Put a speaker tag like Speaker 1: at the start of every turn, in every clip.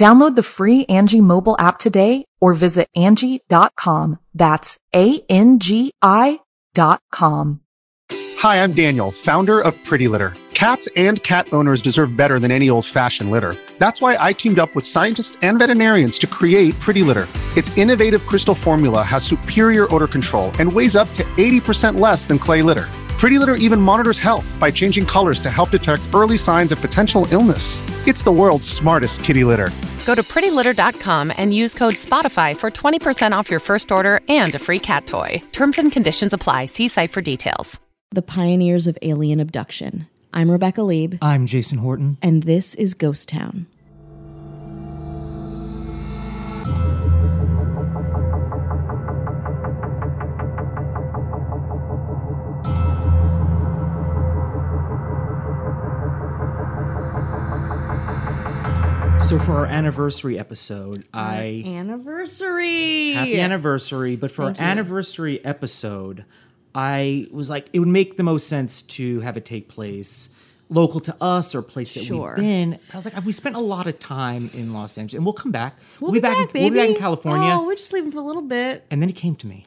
Speaker 1: Download the free Angie mobile app today or visit Angie.com. That's A-N-G-I dot com.
Speaker 2: Hi, I'm Daniel, founder of Pretty Litter. Cats and cat owners deserve better than any old fashioned litter. That's why I teamed up with scientists and veterinarians to create Pretty Litter. Its innovative crystal formula has superior odor control and weighs up to 80% less than clay litter. Pretty Litter even monitors health by changing colors to help detect early signs of potential illness. It's the world's smartest kitty litter.
Speaker 3: Go to prettylitter.com and use code Spotify for 20% off your first order and a free cat toy. Terms and conditions apply. See site for details.
Speaker 4: The Pioneers of Alien Abduction. I'm Rebecca Lieb,
Speaker 5: I'm Jason Horton.
Speaker 4: and this is Ghost Town.
Speaker 5: So for our anniversary episode, I
Speaker 4: Anniversary!
Speaker 5: happy anniversary, but for our anniversary episode, I was like it would make the most sense to have it take place local to us or a place that
Speaker 4: Sure.
Speaker 5: we've been. I was like we spent a lot of time in Los Angeles and we'll come back.
Speaker 4: We'll, be, back,
Speaker 5: in,
Speaker 4: baby.
Speaker 5: we'll be back in California.
Speaker 4: Oh, we're just leaving for a little bit.
Speaker 5: and then it came to me.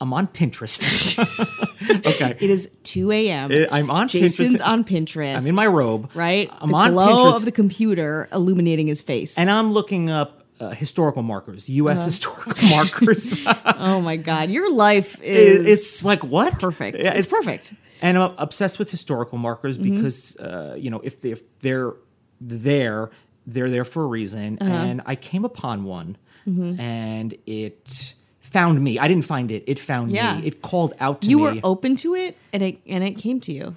Speaker 5: I'm on Pinterest. okay.
Speaker 4: It is 2 a.m.
Speaker 5: I'm on
Speaker 4: Jason's
Speaker 5: Pinterest.
Speaker 4: on Pinterest.
Speaker 5: I'm in my robe.
Speaker 4: Right?
Speaker 5: I'm
Speaker 4: the
Speaker 5: on
Speaker 4: glow
Speaker 5: Pinterest.
Speaker 4: of the computer illuminating his face.
Speaker 5: and I'm looking up uh, historical markers, U.S.
Speaker 4: Uh-huh.
Speaker 5: historical markers.
Speaker 4: oh my God. Your life
Speaker 5: It-
Speaker 4: is
Speaker 5: it's like what
Speaker 4: perfect.
Speaker 5: Yeah,
Speaker 4: it's, perfect. Mm-hmm.
Speaker 5: And I'm obsessed with historical markers because uh, you know if, they, if they're there, they're there for a reason.
Speaker 4: Uh-huh.
Speaker 5: And I came upon one,
Speaker 4: Mm-hmm.
Speaker 5: and it found me. I didn't find it. It found
Speaker 4: Yeah.
Speaker 5: me. It called out to
Speaker 4: You
Speaker 5: me.
Speaker 4: were open to it and it and it came to you.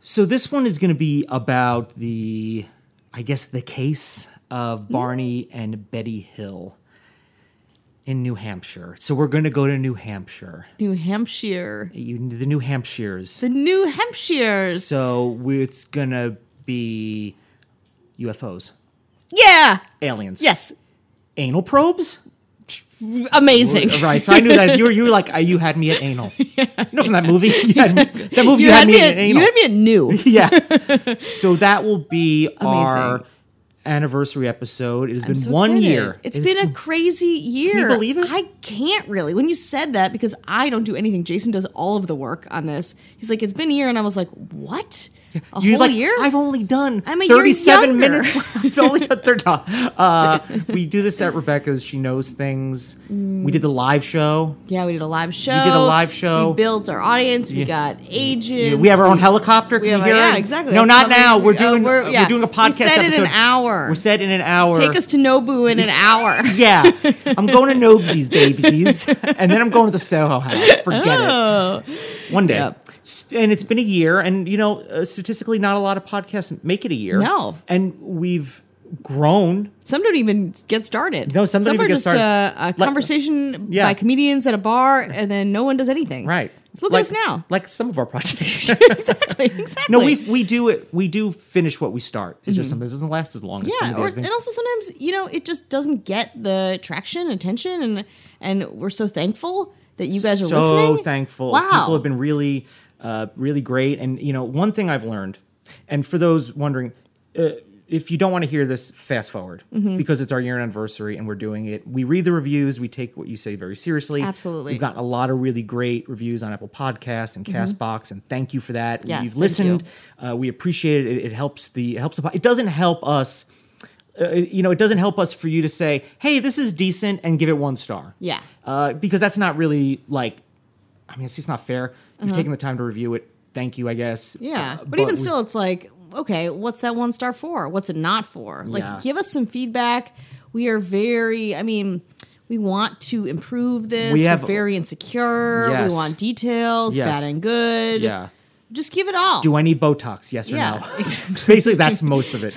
Speaker 5: So this one is going to be about the, I guess, the case of
Speaker 4: Mm-hmm.
Speaker 5: Barney and Betty Hill in New Hampshire. So we're going to go to New Hampshire,
Speaker 4: New Hampshire.
Speaker 5: you, the New Hampshires.
Speaker 4: The New Hampshires.
Speaker 5: So we- it's going to be UFOs,
Speaker 4: Yeah.
Speaker 5: aliens,
Speaker 4: Yes.
Speaker 5: anal probes.
Speaker 4: Amazing.
Speaker 5: Right, so I knew that you were you were like uh, you had me at anal. You know from that movie, you had me, that movie you, had, me at, anal.
Speaker 4: you had me at new.
Speaker 5: yeah. So that will be our
Speaker 4: Amazing.
Speaker 5: anniversary episode. It has been one year.
Speaker 4: It's been a crazy year.
Speaker 5: believe it?
Speaker 4: I can't really. When you said that, because I don't do anything. Jason does all of the work on this. He's like, it's been a year, and I was like, what? A
Speaker 5: You
Speaker 4: whole
Speaker 5: like,
Speaker 4: year?
Speaker 5: I've only done
Speaker 4: I'm a year
Speaker 5: 37
Speaker 4: younger.
Speaker 5: minutes. I've only done 30. no. Uh, we do this at Rebecca's. She knows things.
Speaker 4: Mm.
Speaker 5: We did the live show.
Speaker 4: yeah, we did a live show.
Speaker 5: did a live show.
Speaker 4: We built our audience. We got agents.
Speaker 5: We have our own helicopter. Can
Speaker 4: we
Speaker 5: you
Speaker 4: have-
Speaker 5: hear
Speaker 4: yeah,
Speaker 5: it?
Speaker 4: exactly.
Speaker 5: No,
Speaker 4: That's
Speaker 5: not
Speaker 4: coming.
Speaker 5: now. We're
Speaker 4: Oh,
Speaker 5: doing
Speaker 4: we're-
Speaker 5: we're,
Speaker 4: yeah.
Speaker 5: doing a
Speaker 4: We
Speaker 5: podcast
Speaker 4: said it in an
Speaker 5: episode.
Speaker 4: hour.
Speaker 5: We're set in an hour.
Speaker 4: Take us to Nobu in an hour.
Speaker 5: Yeah, I'm going to Nobesy's babies, and then I'm going to the Soho House. Forget it. One day.
Speaker 4: Oh. Yep.
Speaker 5: S- And it's been a year, and you know, uh, statistically, not a lot of podcasts make it a year.
Speaker 4: No.
Speaker 5: and we've grown.
Speaker 4: Some don't even get started.
Speaker 5: No, some don't even
Speaker 4: are
Speaker 5: get
Speaker 4: just
Speaker 5: started.
Speaker 4: uh, A,
Speaker 5: Like-
Speaker 4: conversation
Speaker 5: Yeah.
Speaker 4: by comedians at a bar, and then no one does anything.
Speaker 5: Right.
Speaker 4: So look
Speaker 5: like,
Speaker 4: at us now.
Speaker 5: Like some of our projects.
Speaker 4: exactly. Exactly.
Speaker 5: no, we we do it. We do finish what we start. It's just something that doesn't last as long. as some
Speaker 4: Mm-hmm. Yeah,
Speaker 5: of the
Speaker 4: or,
Speaker 5: other
Speaker 4: and
Speaker 5: things.
Speaker 4: also sometimes you know it just doesn't get the traction, and attention, and and we're so thankful that you guys are
Speaker 5: so
Speaker 4: listening.
Speaker 5: thankful.
Speaker 4: Wow,
Speaker 5: People have been really, uh, really great. And you know, one thing I've learned, and for those wondering, uh, if you don't want to hear this, fast forward
Speaker 4: Mm-hmm.
Speaker 5: because it's our year anniversary and we're doing it. We read the reviews. We take what you say very seriously.
Speaker 4: Absolutely. Mm-hmm.
Speaker 5: we've gotten a lot of really great reviews on Apple Podcasts and Castbox, and thank you for that.
Speaker 4: Yes,
Speaker 5: you've
Speaker 4: thank
Speaker 5: listened. Uh, we appreciate it. it. It helps the it helps the. po- It doesn't help us. Uh, you know, it doesn't help us for you to say, "Hey, this is decent," and give it one star
Speaker 4: Yeah.
Speaker 5: uh, because that's not really like I mean, it's just not fair. You've taken the time to review it. Thank you, I guess.
Speaker 4: Mm-hmm. Yeah.
Speaker 5: Uh,
Speaker 4: but, even
Speaker 5: we-
Speaker 4: still, it's like, okay, what's that one star for? What's it not for? Like,
Speaker 5: Yeah.
Speaker 4: give us some feedback. We are very, I mean, we want to improve this.
Speaker 5: We
Speaker 4: We
Speaker 5: have-
Speaker 4: are very insecure.
Speaker 5: Yes.
Speaker 4: We want details,
Speaker 5: Yes.
Speaker 4: bad and good.
Speaker 5: yeah.
Speaker 4: Just give it all.
Speaker 5: Do I need Botox? Yes or
Speaker 4: Yeah.
Speaker 5: no? Basically, that's most of it.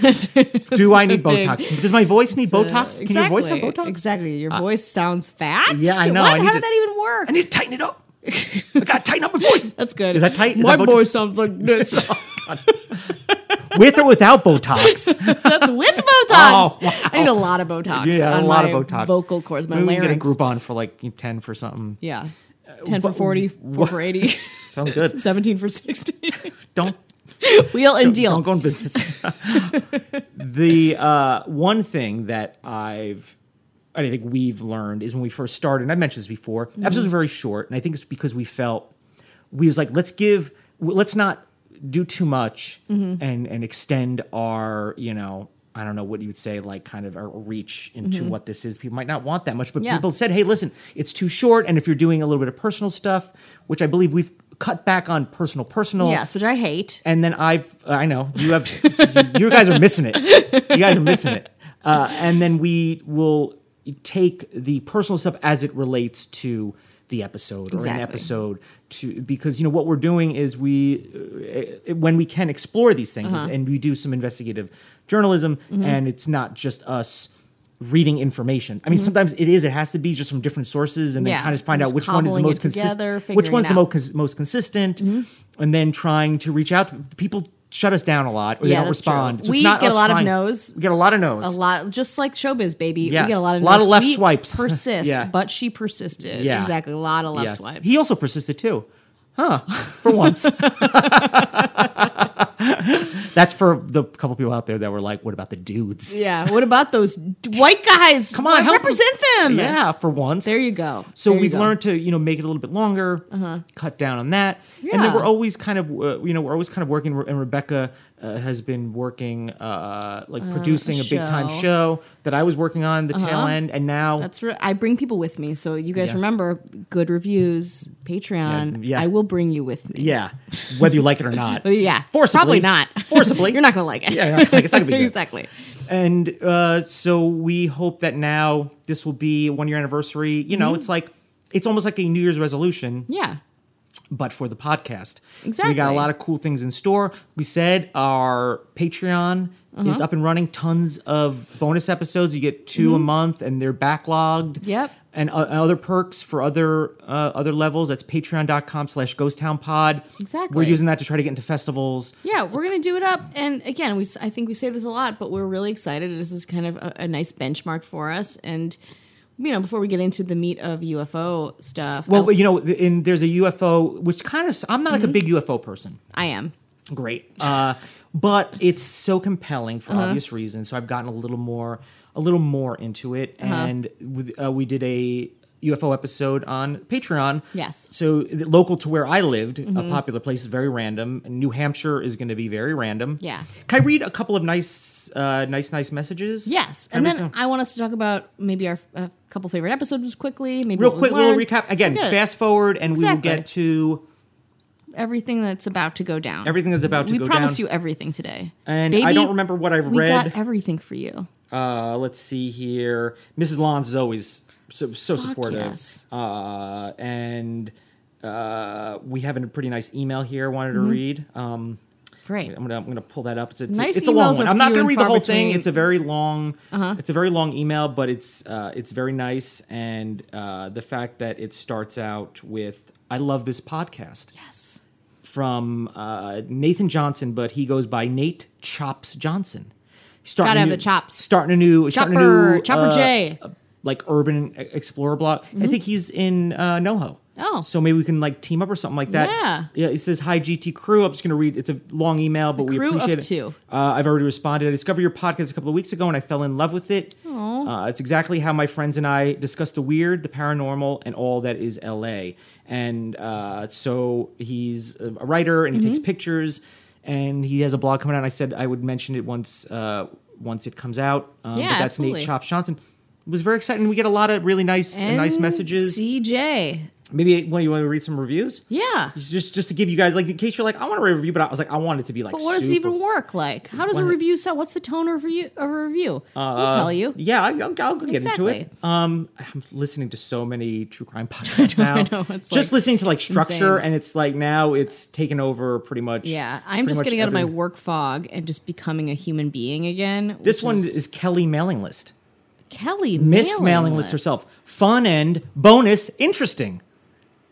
Speaker 5: Do I need
Speaker 4: big-
Speaker 5: Botox? Does my voice need Botox? Can your voice have
Speaker 4: Exactly.
Speaker 5: Botox? Uh,
Speaker 4: Exactly. Your voice sounds fat.
Speaker 5: yeah, I know.
Speaker 4: What?
Speaker 5: I need
Speaker 4: How
Speaker 5: to-
Speaker 4: did that even work?
Speaker 5: I need to tighten it up. I gotta tighten up my voice.
Speaker 4: That's good.
Speaker 5: Is that tight? Is
Speaker 4: My
Speaker 5: that Botox?
Speaker 4: voice sounds like this.
Speaker 5: With or without Botox?
Speaker 4: That's with Botox.
Speaker 5: Oh, wow.
Speaker 4: I need a lot of Botox.
Speaker 5: yeah, a
Speaker 4: on
Speaker 5: lot of
Speaker 4: my
Speaker 5: Botox.
Speaker 4: Vocal cords, my
Speaker 5: Maybe we can
Speaker 4: larynx.
Speaker 5: get a Uh, Groupon for like ten for something.
Speaker 4: Yeah. 10 for 40, 4 for 80,
Speaker 5: Sounds good.
Speaker 4: 17 for 60.
Speaker 5: Don't
Speaker 4: Wheel and deal.
Speaker 5: Don't go in business. the uh, one thing that I've, I think we've learned is when we first started, and I mentioned this before,
Speaker 4: Mm-hmm.
Speaker 5: episodes were very short, and I think it's because we felt we was like, let's give, w- let's not do too much
Speaker 4: Mm-hmm.
Speaker 5: and and extend our, you know. I don't know what you would say, like kind of our reach into what this is. People might not want that much, but
Speaker 4: Mm-hmm. Yeah.
Speaker 5: people said, hey, listen, it's too short. And if you're doing a little bit of personal stuff, which I believe we've cut back on personal, personal,
Speaker 4: Yes, which I hate.
Speaker 5: and then I've I know you have you guys are missing it. You guys are missing it. Uh, and then we will take the personal stuff as it relates to the episode or an
Speaker 4: Exactly.
Speaker 5: episode to because you know what we're doing is we uh, when we can explore these things
Speaker 4: Uh-huh.
Speaker 5: and we do some investigative journalism
Speaker 4: Mm-hmm.
Speaker 5: and it's not just us reading information. I mean sometimes it is it has to be just from different sources and then
Speaker 4: Mm-hmm. Yeah.
Speaker 5: kind of find out
Speaker 4: Just
Speaker 5: which one is the
Speaker 4: cobbling it
Speaker 5: most
Speaker 4: together,
Speaker 5: consistent which
Speaker 4: figuring
Speaker 5: one's
Speaker 4: it
Speaker 5: the
Speaker 4: out.
Speaker 5: most cons- most consistent,
Speaker 4: Mm-hmm.
Speaker 5: and then trying to reach out. to People shut us down a lot, or they
Speaker 4: Yeah,
Speaker 5: don't
Speaker 4: that's
Speaker 5: respond.
Speaker 4: true.
Speaker 5: So it's
Speaker 4: We
Speaker 5: not
Speaker 4: get a
Speaker 5: us
Speaker 4: lot of
Speaker 5: trying-
Speaker 4: no's.
Speaker 5: We get a lot of no's.
Speaker 4: A lot, just like showbiz, baby.
Speaker 5: Yeah.
Speaker 4: We get a lot of
Speaker 5: A lot of
Speaker 4: no's.
Speaker 5: left
Speaker 4: We
Speaker 5: swipes.
Speaker 4: Persist,
Speaker 5: Yeah.
Speaker 4: but she persisted.
Speaker 5: Yeah.
Speaker 4: exactly. A lot of left
Speaker 5: Yes.
Speaker 4: swipes.
Speaker 5: He also persisted too, huh? For once. That's for the couple people out there that were like, "What about the dudes?"
Speaker 4: yeah. What about those d- white guys?
Speaker 5: Come on, help
Speaker 4: represent them.
Speaker 5: Yeah, for once.
Speaker 4: There you go.
Speaker 5: So
Speaker 4: There you
Speaker 5: we've
Speaker 4: go. Uh-huh.
Speaker 5: learned to you know make it a little bit longer, cut down on that, and then
Speaker 4: Yeah.
Speaker 5: we're always kind of uh, you know we're always kind of working. And Rebecca uh, has been working uh, like producing a big time
Speaker 4: show. Uh-huh.
Speaker 5: show that I was working on the tail end, and now
Speaker 4: That's re- I bring people with me. So you guys
Speaker 5: Yeah.
Speaker 4: remember good reviews, Patreon.
Speaker 5: Yeah, yeah.
Speaker 4: I will bring you with me.
Speaker 5: yeah, whether you like it or not,
Speaker 4: Yeah,
Speaker 5: forcibly
Speaker 4: Probably not.
Speaker 5: forcibly.
Speaker 4: You're not gonna like it.
Speaker 5: Yeah, you're not gonna like it. It's not gonna be good.
Speaker 4: exactly.
Speaker 5: And uh, so we hope that now this will be one year anniversary. You
Speaker 4: Mm-hmm.
Speaker 5: know, it's like it's almost like a New Year's resolution.
Speaker 4: Yeah.
Speaker 5: but for the podcast. So we
Speaker 4: Exactly.
Speaker 5: got a lot of cool things in store. We said our Patreon is
Speaker 4: Uh-huh.
Speaker 5: up and running, tons of bonus episodes. You get 2 a month and they're backlogged.
Speaker 4: Mm-hmm. Yep.
Speaker 5: And uh, other perks for other uh, other levels. That's patreon.com slash ghost town pod. We're
Speaker 4: Exactly.
Speaker 5: using that to try to get into festivals.
Speaker 4: Yeah, we're gonna do it up, and again, we s- I think we say this a lot, but we're really excited. This is kind of a, a nice benchmark for us, and you know, before we get into the meat of UFO stuff,
Speaker 5: Well,
Speaker 4: I,
Speaker 5: you know, th- and there's a UFO, which kind of, I'm not like a
Speaker 4: Mm-hmm.
Speaker 5: big UFO person.
Speaker 4: I am.
Speaker 5: great. Uh, but it's so compelling for
Speaker 4: Uh-huh.
Speaker 5: obvious reasons. So I've gotten a little more, a little more into it,
Speaker 4: Uh-huh.
Speaker 5: and with, uh, we did a UFO episode on Patreon.
Speaker 4: Yes. Mm-hmm.
Speaker 5: So th- local to where I lived, a popular place is very random. And New Hampshire is going to be very random.
Speaker 4: Yeah.
Speaker 5: Can I read a couple of nice, uh, nice, nice messages?
Speaker 4: Yes,
Speaker 5: Can
Speaker 4: and
Speaker 5: I read
Speaker 4: then
Speaker 5: some-
Speaker 4: I want us to talk about maybe our uh, couple favorite episodes quickly. Maybe
Speaker 5: real
Speaker 4: what
Speaker 5: quick
Speaker 4: we've
Speaker 5: little
Speaker 4: learned.
Speaker 5: recap. Again,
Speaker 4: Forget it.
Speaker 5: fast forward, and
Speaker 4: Exactly.
Speaker 5: we will get to
Speaker 4: everything that's about to go down.
Speaker 5: everything that's about to
Speaker 4: we
Speaker 5: go
Speaker 4: promise
Speaker 5: down.
Speaker 4: you everything today.
Speaker 5: And I don't remember what I
Speaker 4: We
Speaker 5: read.
Speaker 4: got everything for you.
Speaker 5: Uh, let's see here. Mrs. Lons is always so, so supportive.
Speaker 4: yes.
Speaker 5: Uh, and uh, we have a pretty nice email here. I wanted to read. Um,
Speaker 4: Great.
Speaker 5: I'm gonna I'm gonna pull that up. It's a,
Speaker 4: Nice
Speaker 5: it's a long
Speaker 4: emails
Speaker 5: one.
Speaker 4: are
Speaker 5: I'm not
Speaker 4: few
Speaker 5: gonna
Speaker 4: and
Speaker 5: read the
Speaker 4: far
Speaker 5: whole
Speaker 4: between.
Speaker 5: thing.
Speaker 4: Uh-huh.
Speaker 5: It's a very long. It's a very long email, but it's uh, it's very nice. And uh, the fact that it starts out with "I love this podcast."
Speaker 4: Yes.
Speaker 5: from uh, Nathan Johnson, but he goes by Nate Chops Johnson. Starting
Speaker 4: Gotta
Speaker 5: a
Speaker 4: have
Speaker 5: new-
Speaker 4: the chops.
Speaker 5: Starting a new starting a
Speaker 4: Chopper,
Speaker 5: new, uh,
Speaker 4: Chopper J. Mm-hmm.
Speaker 5: like urban e- explorer block. I think he's in uh, NoHo.
Speaker 4: Oh.
Speaker 5: so maybe we can like team up or something like that.
Speaker 4: Yeah.
Speaker 5: yeah. It says hi GT crew. I'm just gonna read. It's a long email, but we
Speaker 4: crew of
Speaker 5: appreciate it.
Speaker 4: two.
Speaker 5: Uh, I've already responded. I discovered your podcast a couple of weeks ago, and I fell in love with it. Uh, it's exactly how my friends and I discuss the weird, the paranormal, and all that is LA. And uh, so he's a a writer, and he
Speaker 4: Mm-hmm.
Speaker 5: takes pictures, and he has a blog coming out. I said I would mention it once uh, once it comes out. Um,
Speaker 4: Yeah,
Speaker 5: but that's
Speaker 4: absolutely.
Speaker 5: Nate Chops Johnson. It was very exciting. We get a lot of really nice, nice
Speaker 4: And
Speaker 5: messages.
Speaker 4: CJ,
Speaker 5: Maybe well, you want to read some reviews?
Speaker 4: Yeah.
Speaker 5: Just just to give you guys like in case you're like I want to read a review, but I was like I want it to be like.
Speaker 4: But what does it
Speaker 5: super-
Speaker 4: even work like? How does a
Speaker 5: What- Uh,
Speaker 4: review sound? What's the tone of, review, of a review? we'll tell you.
Speaker 5: Yeah, I- I'll, I'll get
Speaker 4: Exactly.
Speaker 5: into it. Um, I'm listening to so many true crime podcasts
Speaker 4: I
Speaker 5: now.
Speaker 4: know, I know, it's,
Speaker 5: just
Speaker 4: like,
Speaker 5: listening to like structure,
Speaker 4: insane.
Speaker 5: and it's like now it's taken over pretty much.
Speaker 4: Yeah, I'm
Speaker 5: pretty
Speaker 4: just
Speaker 5: much
Speaker 4: getting out of my
Speaker 5: every-
Speaker 4: work fog and just becoming a human being again.
Speaker 5: This
Speaker 4: which
Speaker 5: one is Kelly Mailing List.
Speaker 4: Kelly
Speaker 5: Miss Mailing, List herself. Fun and bonus interesting.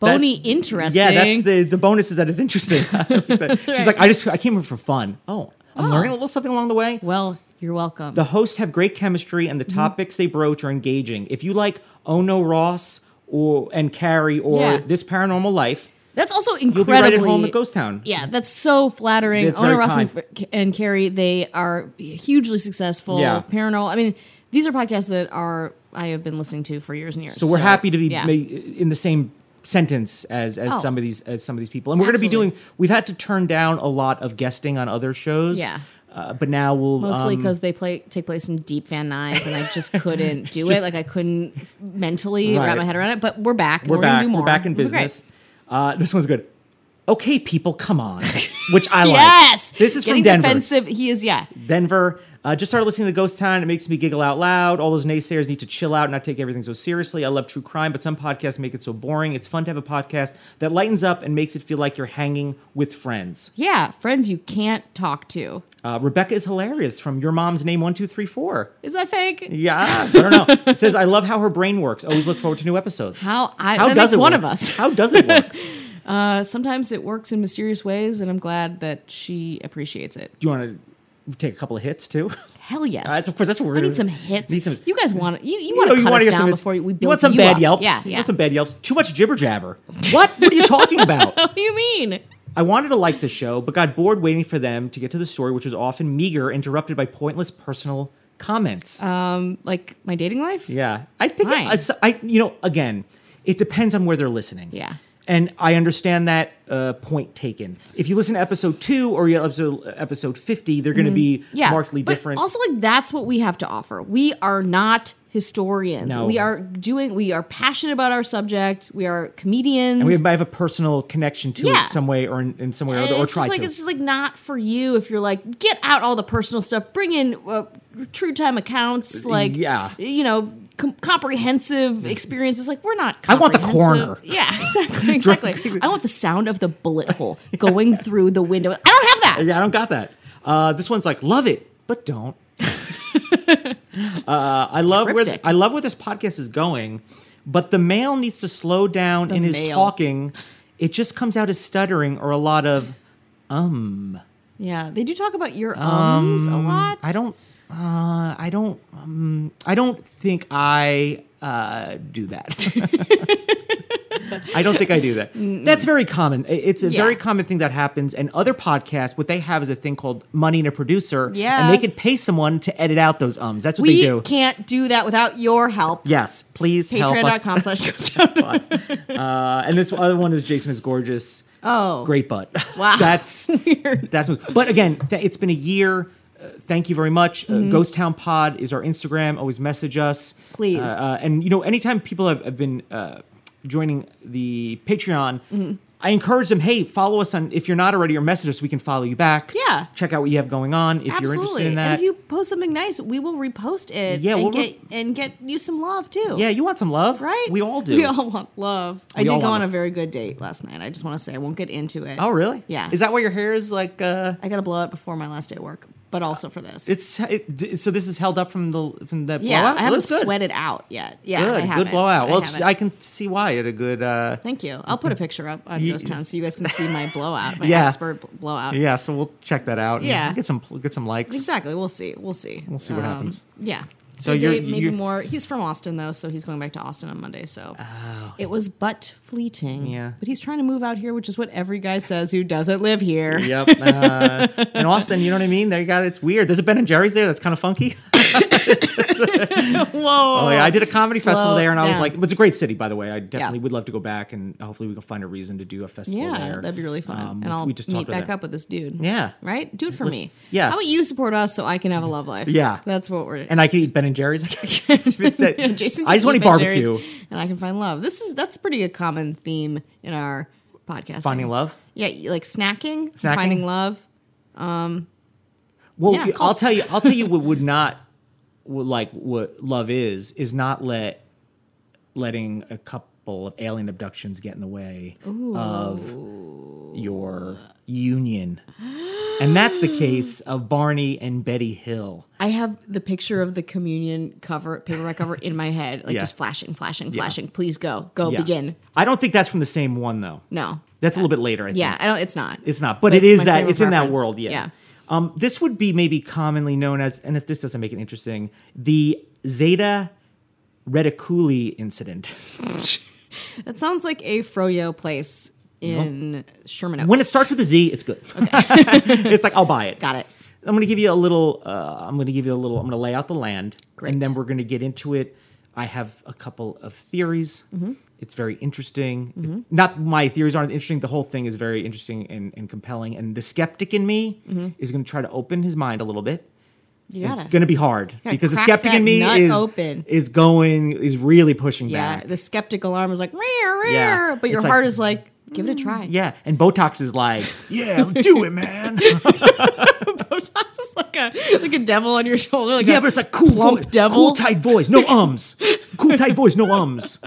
Speaker 4: Bony interesting.
Speaker 5: Yeah, that's the the bonus is that it's interesting. She's like, I just I came here for fun. Oh, I'm learning a little something along the way.
Speaker 4: Well, you're welcome.
Speaker 5: The hosts have great chemistry, and the
Speaker 4: Mm-hmm.
Speaker 5: topics they broach are engaging. If you like Oh No Ross or and Carrie or
Speaker 4: Yeah.
Speaker 5: This Paranormal Life,
Speaker 4: that's also
Speaker 5: you'll
Speaker 4: incredibly.
Speaker 5: be right at home at Ghost Town.
Speaker 4: Yeah, that's so flattering.
Speaker 5: That's
Speaker 4: Ona
Speaker 5: very
Speaker 4: Ross and,
Speaker 5: kind.
Speaker 4: and Carrie, they are hugely successful.
Speaker 5: Yeah.
Speaker 4: Paranormal. I mean, these are podcasts that are I have been listening to for years and years.
Speaker 5: So we're happy to be
Speaker 4: yeah.
Speaker 5: ma- in the same sentence as as
Speaker 4: Oh.
Speaker 5: some of these as some of these people, and we're going to be
Speaker 4: Absolutely.
Speaker 5: doing. We've had to turn down a lot of guesting on other shows.
Speaker 4: Yeah.
Speaker 5: Uh, but now we'll
Speaker 4: Mostly
Speaker 5: um,
Speaker 4: because they play take place in deep Van Nuys, and I just couldn't do it. Like I couldn't mentally wrap
Speaker 5: Right.
Speaker 4: my head around it. But we're back. and
Speaker 5: we're
Speaker 4: we're gonna
Speaker 5: back.
Speaker 4: Do more.
Speaker 5: We're back in
Speaker 4: It'll be great.
Speaker 5: business. Uh, this one's good. Okay, people, come on. Which I like.
Speaker 4: Yes.
Speaker 5: This is
Speaker 4: Getting
Speaker 5: from Denver.
Speaker 4: Defensive. He is. Yeah.
Speaker 5: Denver. Uh, just started listening to Ghost Town. It makes me giggle out loud. All those naysayers need to chill out and not take everything so seriously. I love true crime, but some podcasts make it so boring. It's fun to have a podcast that lightens up and makes it feel like you're hanging with friends.
Speaker 4: Yeah. Friends you can't talk to.
Speaker 5: Uh, Rebecca is hilarious from Your Mom's Name 1234.
Speaker 4: Is that fake?
Speaker 5: Yeah, I don't know. It says, I love how her brain works. Always look forward to new episodes.
Speaker 4: How I that makes one
Speaker 5: work?
Speaker 4: of us.
Speaker 5: How does it work? Do
Speaker 4: Uh, sometimes it works in mysterious ways, and I'm glad that she appreciates it.
Speaker 5: you want to take a couple of hits too?
Speaker 4: Hell yes.
Speaker 5: That's- of course, Uh, that's what we're
Speaker 4: I need
Speaker 5: gonna-
Speaker 4: some hits.
Speaker 5: need some-
Speaker 4: you guys want you, you,
Speaker 5: You
Speaker 4: want
Speaker 5: know,
Speaker 4: to
Speaker 5: you
Speaker 4: cut
Speaker 5: wanna
Speaker 4: us
Speaker 5: get
Speaker 4: down
Speaker 5: some-
Speaker 4: before we build
Speaker 5: You want some
Speaker 4: you
Speaker 5: bad
Speaker 4: up.
Speaker 5: yelps?
Speaker 4: Yeah,
Speaker 5: You
Speaker 4: yeah.
Speaker 5: want some bad yelps? Too much jibber jabber. What? What are you talking about?
Speaker 4: what do you mean?
Speaker 5: I wanted to like the show, but got bored waiting for them to get to the story, which was often meager, interrupted by pointless personal comments.
Speaker 4: Uh, Like my dating life?
Speaker 5: yeah, I think
Speaker 4: fine.
Speaker 5: it's- I, you know, again, it depends on where they're listening.
Speaker 4: Yeah.
Speaker 5: and I understand that uh, point taken. If you listen to episode two or you episode episode fifty, they're going to be
Speaker 4: Mm-hmm. Yeah,
Speaker 5: markedly
Speaker 4: but
Speaker 5: different.
Speaker 4: Also, like that's what we have to offer. We are not historians.
Speaker 5: No.
Speaker 4: We are doing. We are passionate about our subject. We are comedians.
Speaker 5: and we might have a personal connection to
Speaker 4: Yeah.
Speaker 5: it some way or in, in some way or
Speaker 4: And
Speaker 5: other, or
Speaker 4: it's
Speaker 5: try
Speaker 4: just like
Speaker 5: to.
Speaker 4: it's just like not for you if you're like get out all the personal stuff bring in uh, true time accounts like
Speaker 5: Uh, yeah.
Speaker 4: you know com- comprehensive experises like we're not
Speaker 5: I want the
Speaker 4: comprehensive.
Speaker 5: coroner.
Speaker 4: yeah exactly exactly i want the sound of the bullet hole going through the window i don't have that
Speaker 5: Yeah, I don't got that. Uh, this one's like love it, but don't. uh, I love where
Speaker 4: Cryptic.
Speaker 5: I love where this podcast is going, but the male needs to slow down in his
Speaker 4: male.
Speaker 5: talking. It just comes out as stuttering or a lot of
Speaker 4: yeah they do talk about your ums a lot
Speaker 5: Um, I don't. Uh, I don't. Um, I don't think I uh, do that. I don't think I do that. That's very common. I- It's a very
Speaker 4: Yeah.
Speaker 5: common thing that happens. And other podcasts, what they have is a thing called money and a producer. And they can
Speaker 4: Yes.
Speaker 5: pay someone to edit out those ums. That's what
Speaker 4: we
Speaker 5: they do.
Speaker 4: can't do that without your help
Speaker 5: yes. Please help us.
Speaker 4: patreon.com slash ghost town.
Speaker 5: Uh, and this other one is Jason is gorgeous.
Speaker 4: Oh.
Speaker 5: great butt!
Speaker 4: Wow.
Speaker 5: that's weird. That's what- but again, th- it's been a year. Uh, thank you very much.
Speaker 4: Mm-hmm.
Speaker 5: Uh, Ghost Town Pod is our Instagram. Always message us,
Speaker 4: Please.
Speaker 5: Uh, uh, and you know, anytime people have, have been uh, joining the Patreon.
Speaker 4: Mm-hmm.
Speaker 5: I encourage them, hey, follow us on if you're not already or message us, we can follow you back.
Speaker 4: Yeah.
Speaker 5: Check out what you have going on if you're interested
Speaker 4: Absolutely.
Speaker 5: in that.
Speaker 4: And if you post something nice, we will repost it
Speaker 5: Yeah,
Speaker 4: and
Speaker 5: we'll
Speaker 4: get
Speaker 5: re-
Speaker 4: and get you some love too.
Speaker 5: yeah, you want some love.
Speaker 4: Right?
Speaker 5: We all do.
Speaker 4: We all want love. I
Speaker 5: We
Speaker 4: did
Speaker 5: all
Speaker 4: go on
Speaker 5: want
Speaker 4: a
Speaker 5: it.
Speaker 4: very good date last night. I just want to say I won't get into it.
Speaker 5: oh really?
Speaker 4: Yeah.
Speaker 5: Is that why your hair is like uh
Speaker 4: I got to blow it before my last day at work, but also for this.
Speaker 5: It's it, d- so this is held up from the from the
Speaker 4: yeah, I
Speaker 5: blowout. Well,
Speaker 4: haven't
Speaker 5: that's good.
Speaker 4: sweated out yet. Yeah, I
Speaker 5: Good,
Speaker 4: haven't.
Speaker 5: good blowout.
Speaker 4: I
Speaker 5: Well, it's-
Speaker 4: haven't.
Speaker 5: I, can see why it had a good. uh
Speaker 4: Thank you. I'll put a picture up on Ghost Town so you guys can see my blowout, my
Speaker 5: Yeah.
Speaker 4: expert bl- blowout.
Speaker 5: Yeah, so we'll check that out. and
Speaker 4: Yeah.
Speaker 5: get some get some likes.
Speaker 4: Exactly. We'll see. We'll see. We'll
Speaker 5: see what happens.
Speaker 4: Yeah.
Speaker 5: So
Speaker 4: So
Speaker 5: you're-
Speaker 4: Dave, maybe
Speaker 5: you're-
Speaker 4: more. He's from Austin though, so he's going back to Austin on Monday. So it was but fleeting.
Speaker 5: Oh. Yeah.
Speaker 4: But he's trying to move out here, which is what every guy says who doesn't live here.
Speaker 5: Yep. Uh, in Austin, you know what I mean? There you got it. It's weird. There's a Ben and Jerry's there. That's kind of funky.
Speaker 4: Whoa.
Speaker 5: Oh, yeah, I did a comedy
Speaker 4: Slow
Speaker 5: festival there, and I was
Speaker 4: down.
Speaker 5: like, it's a great city, by the way. I definitely would love to go back, and hopefully we can find a reason to do a festival
Speaker 4: Yeah,
Speaker 5: there.
Speaker 4: that'd be really fun.
Speaker 5: Um,
Speaker 4: and I'll
Speaker 5: we just
Speaker 4: meet
Speaker 5: talked about
Speaker 4: back
Speaker 5: that.
Speaker 4: up with this dude.
Speaker 5: Yeah.
Speaker 4: Right? Do it for me.
Speaker 5: yeah.
Speaker 4: How about you support us so I can have a love life?
Speaker 5: Yeah.
Speaker 4: That's what we're.
Speaker 5: And I could eat Ben and Jerry's. I guess. It's that-
Speaker 4: Yeah, Jason
Speaker 5: I just
Speaker 4: can
Speaker 5: want
Speaker 4: eat
Speaker 5: to eat
Speaker 4: Ben Jerry's,
Speaker 5: barbecue.
Speaker 4: and I can find love. This is that's pretty a common theme in our podcast.
Speaker 5: Finding love.
Speaker 4: Yeah, you- like snacking,
Speaker 5: Snacking.
Speaker 4: finding love.
Speaker 5: Well,
Speaker 4: Yeah,
Speaker 5: I'll
Speaker 4: cults.
Speaker 5: tell you. I'll tell you what would not what, like what love is is not let letting a couple of alien abductions get in the way of your union. And that's the case of Barney and Betty Hill.
Speaker 4: I have the picture of the communion cover, paperback cover in my head, like
Speaker 5: Yeah.
Speaker 4: just flashing, flashing, flashing. Please go, go
Speaker 5: Yeah.
Speaker 4: begin.
Speaker 5: I don't think that's from the same one though.
Speaker 4: No,
Speaker 5: That's a little bit later. I think.
Speaker 4: yeah, I don't. It's not.
Speaker 5: It's not, but
Speaker 4: That's
Speaker 5: it is
Speaker 4: my
Speaker 5: that
Speaker 4: frame of
Speaker 5: it's in that
Speaker 4: reference.
Speaker 5: world. Yeah.
Speaker 4: Yeah.
Speaker 5: Um, this would be maybe commonly known as, and if this doesn't make it interesting, the Zeta Reticuli incident.
Speaker 4: That sounds like a froyo place in Sherman Oaks.
Speaker 5: When it starts with a Z, it's good. it's like I'll buy it.
Speaker 4: got it.
Speaker 5: I'm going to give you a little. Uh, I'm going to give you a little. I'm going to lay out the land,
Speaker 4: Great.
Speaker 5: and then we're going to get into it. I have a couple of theories.
Speaker 4: Mm-hmm.
Speaker 5: It's very interesting. It- not my theories aren't interesting. The whole thing is very interesting and, and compelling. And the skeptic in me is going to try to open his mind a little bit.
Speaker 4: Mm-hmm. You gotta.
Speaker 5: It's going to be hard
Speaker 4: gotta
Speaker 5: because the
Speaker 4: crack
Speaker 5: skeptic
Speaker 4: that
Speaker 5: in me
Speaker 4: nut
Speaker 5: is
Speaker 4: open.
Speaker 5: is going is really pushing
Speaker 4: yeah,
Speaker 5: back.
Speaker 4: the skeptic alarm is like, rare, rare,
Speaker 5: Yeah.
Speaker 4: but your
Speaker 5: It's like- Mm,
Speaker 4: heart is like, give it a try.
Speaker 5: Yeah, and Botox is like, yeah, do it, man.
Speaker 4: Botox is like a like a devil on your shoulder. Like
Speaker 5: Yeah,
Speaker 4: a
Speaker 5: but it's like cool,
Speaker 4: plump
Speaker 5: vo-
Speaker 4: devil,
Speaker 5: cool tight voice, no ums. cool tight voice, no ums.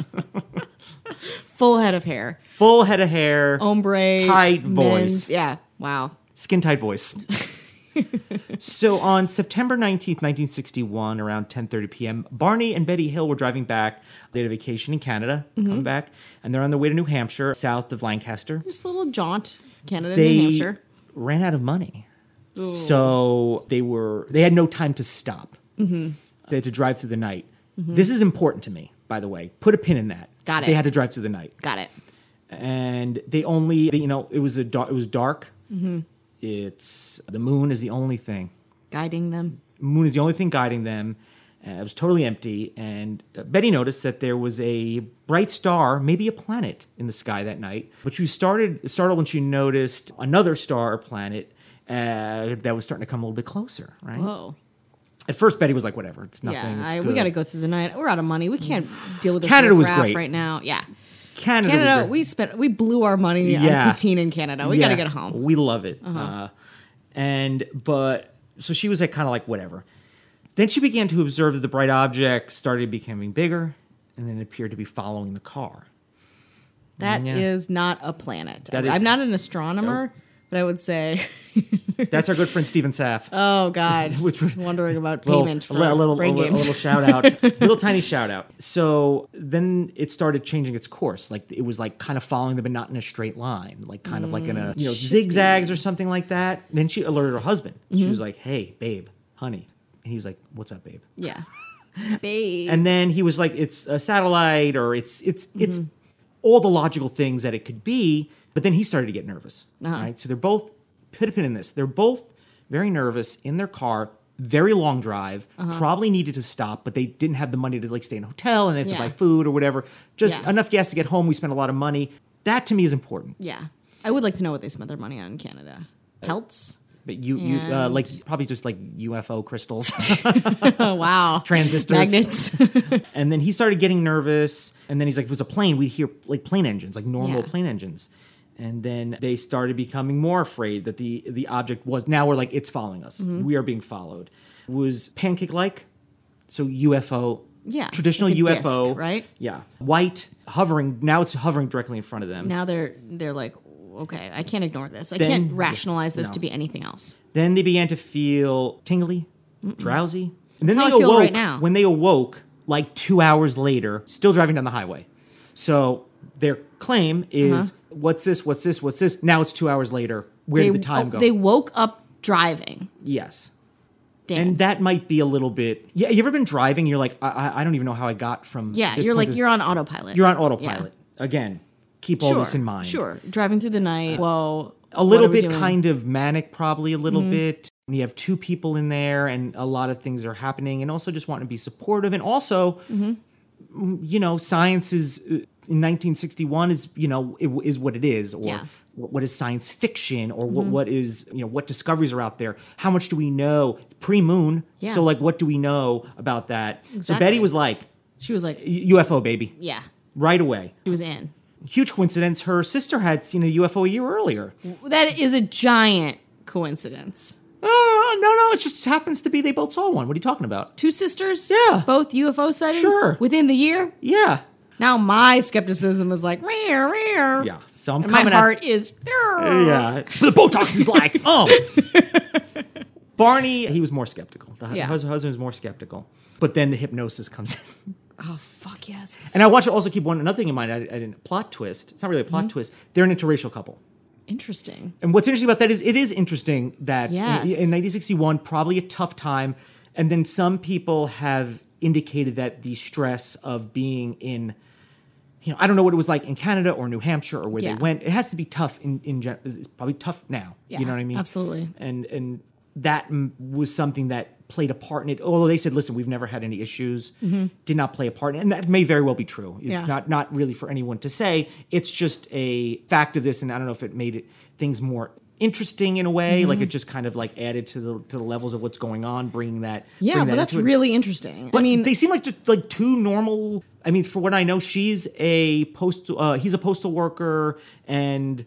Speaker 4: full head of hair,
Speaker 5: Full head of hair,
Speaker 4: ombre,
Speaker 5: Tight voice.
Speaker 4: Yeah, wow.
Speaker 5: skin tight voice. so on September 19th, 1961, around 10:30 p.m., Barney and Betty Hill were driving back. They had a vacation in Canada, come back, and they're on their way to New Hampshire, south of Lancaster.
Speaker 4: Just a little jaunt, Canada,
Speaker 5: they
Speaker 4: New Hampshire.
Speaker 5: ran out of money. So they were they had no time to stop.
Speaker 4: Mm-hmm.
Speaker 5: They had to drive through the night. Mm-hmm. This is important to me, by the way. Put a pin in that.
Speaker 4: Got it.
Speaker 5: They had to drive through the night,
Speaker 4: Got it.
Speaker 5: and they only they, you know it was a dar- it was dark.
Speaker 4: Mm-hmm.
Speaker 5: It's the moon is the only thing.
Speaker 4: Guiding them.
Speaker 5: Moon is the only thing guiding them. Uh, it was totally empty, and uh, Betty noticed that there was a bright star, maybe a planet, in the sky that night. But she started startled when she noticed another star or planet uh, that was starting to come a little bit closer. Right
Speaker 4: Whoa.
Speaker 5: at first, Betty was like, "Whatever, it's nothing."
Speaker 4: Yeah,
Speaker 5: it's
Speaker 4: I,
Speaker 5: good.
Speaker 4: we got to go through the night. We're out of money. We can't deal with this
Speaker 5: Canada was
Speaker 4: riffraff
Speaker 5: great.
Speaker 4: right now. Yeah.
Speaker 5: Canada. was
Speaker 4: Canada,
Speaker 5: very-
Speaker 4: we spent, we blew our money
Speaker 5: Yeah.
Speaker 4: on poutine in Canada. We got to
Speaker 5: Yeah,
Speaker 4: get home. Uh-huh.
Speaker 5: We love it. Uh, and but so she was like, kind of like whatever. Then she began to observe that the bright object started becoming bigger, and then appeared to be following the car.
Speaker 4: That is
Speaker 5: Yeah.
Speaker 4: not a planet.
Speaker 5: That is-
Speaker 4: I'm not an astronomer, but I would say,
Speaker 5: That's our good friend Stephen Saff.
Speaker 4: oh god, just wondering about payment
Speaker 5: a li-
Speaker 4: for
Speaker 5: a little,
Speaker 4: brain
Speaker 5: a little, a
Speaker 4: games.
Speaker 5: little shout out, little tiny shout out. So then it started changing its course. Like it was like kind of following them, but not in a straight line, like kind of like in
Speaker 4: Mm,
Speaker 5: a you know zigzags or something like that. Then she alerted her husband.
Speaker 4: Mm-hmm.
Speaker 5: She was like, "Hey, babe, honey," and he was like, "What's up, babe?"
Speaker 4: yeah, babe.
Speaker 5: And then he was like, "It's a satellite, or it's it's it's
Speaker 4: Mm-hmm.
Speaker 5: all the logical things that it could be." But then he started to get nervous,
Speaker 4: Uh-huh.
Speaker 5: right? So they're both put a pin in this. They're both very nervous in their car, very long drive,
Speaker 4: Uh-huh.
Speaker 5: probably needed to stop, but they didn't have the money to like stay in a hotel and they had
Speaker 4: Yeah.
Speaker 5: to buy food or whatever. Just
Speaker 4: Yeah.
Speaker 5: enough gas to get home. We spent a lot of money. That to me is important.
Speaker 4: yeah, I would like to know what they spent their money on in Canada. Pelts.
Speaker 5: But you, you uh, like probably just like UFO crystals. Uh,
Speaker 4: Oh wow,
Speaker 5: Transistors.
Speaker 4: magnets.
Speaker 5: And then he started getting nervous. And then he's like, if it was a plane, we'd hear like plane engines, like normal
Speaker 4: Yeah.
Speaker 5: plane engines. And then they started becoming more afraid that the the object was now we're like, it's following us.
Speaker 4: Mm-hmm.
Speaker 5: We are being followed. It was pancake like. So UFO.
Speaker 4: Yeah,
Speaker 5: Traditional
Speaker 4: like a disc,
Speaker 5: UFO.
Speaker 4: right?
Speaker 5: Yeah. White hovering. Now it's hovering directly in front of them.
Speaker 4: now they're they're like, okay, I can't ignore this. I
Speaker 5: Then-
Speaker 4: can't rationalize this
Speaker 5: no.
Speaker 4: to be anything else.
Speaker 5: Then they began to feel tingly, drowsy. And then
Speaker 4: That's
Speaker 5: they
Speaker 4: how I feel
Speaker 5: awoke.
Speaker 4: right now.
Speaker 5: When they awoke, like two hours later, still driving down the highway. So their claim is, "What's this? What's this? What's this?" Now it's two hours later.
Speaker 4: Uh-huh.
Speaker 5: Where
Speaker 4: They
Speaker 5: did the time
Speaker 4: oh,
Speaker 5: go?
Speaker 4: They woke up driving.
Speaker 5: yes.
Speaker 4: Damn.
Speaker 5: And that might be a little bit. Yeah, you ever been driving? You're like, I, I, I don't even know how I got from.
Speaker 4: yeah,
Speaker 5: this
Speaker 4: you're
Speaker 5: point
Speaker 4: like
Speaker 5: to-
Speaker 4: you're on autopilot.
Speaker 5: you're on
Speaker 4: Yeah.
Speaker 5: autopilot again. Keep all this in mind.
Speaker 4: Sure, driving through the night. Whoa.
Speaker 5: a
Speaker 4: what
Speaker 5: little
Speaker 4: are we
Speaker 5: bit
Speaker 4: doing? Mm-hmm.
Speaker 5: kind of manic probably a little bit when you have two people in there and a lot of things are happening and also just want to be supportive and also
Speaker 4: Mm-hmm.
Speaker 5: mm, you know science is uh, in 1961 is you know it, is what it is or
Speaker 4: Yeah. Mm-hmm.
Speaker 5: what what is science fiction or what, what is you know what discoveries are out there how much do we know pre-moon
Speaker 4: Yeah.
Speaker 5: so like what do we know about that so
Speaker 4: Exactly.
Speaker 5: betty was like
Speaker 4: She was like,
Speaker 5: ufo baby
Speaker 4: yeah,
Speaker 5: right away
Speaker 4: she was in.
Speaker 5: huge coincidence her sister had seen a ufo a year earlier
Speaker 4: That is a giant coincidence.
Speaker 5: oh no no it just happens to be they both saw one what are you talking about
Speaker 4: Two sisters?
Speaker 5: Yeah.
Speaker 4: Both UFO sightings
Speaker 5: Sure.
Speaker 4: within the year?
Speaker 5: Yeah.
Speaker 4: Now my skepticism is like, rare, rare.
Speaker 5: Yeah. So I'm
Speaker 4: And my
Speaker 5: coming
Speaker 4: heart is,
Speaker 5: at Yeah. The Botox is like, oh. Barney, he was more skeptical. The hu-
Speaker 4: Yeah.
Speaker 5: hus- husband was more skeptical. But then the hypnosis comes in.
Speaker 4: oh, fuck yes.
Speaker 5: And I want you to also keep one another thing in mind. I, I didn't plot twist. It's not really a
Speaker 4: Mm-hmm.
Speaker 5: plot twist. They're an interracial couple.
Speaker 4: Interesting.
Speaker 5: And what's interesting about that is it is interesting that in-
Speaker 4: Yes.
Speaker 5: in, 1961, probably a tough time. And then some people have indicated that the stress of being in, you know, I don't know what it was like in Canada or New Hampshire or where
Speaker 4: Yeah.
Speaker 5: they went. It has to be tough in, in gen- it's probably tough now.
Speaker 4: Yeah,
Speaker 5: you know what I mean?
Speaker 4: absolutely.
Speaker 5: And, and that m- was something that played a part in it. Although they said, listen, we've never had any issues, did not play a part. in it. And that may very well be true. It's
Speaker 4: Mm-hmm. Yeah.
Speaker 5: not not really for anyone to say. It's just a fact of this, and I don't know if it made it things more interesting in a way.
Speaker 4: Mm-hmm.
Speaker 5: Like it just kind of like added to the to the levels of what's going on, bringing that.
Speaker 4: Yeah,
Speaker 5: bringing
Speaker 4: but
Speaker 5: that
Speaker 4: that's
Speaker 5: into it.
Speaker 4: really interesting.
Speaker 5: But
Speaker 4: I mean,
Speaker 5: they seem like just like two normal. I mean, for what I know, she's a postal. Uh, he's a postal worker, and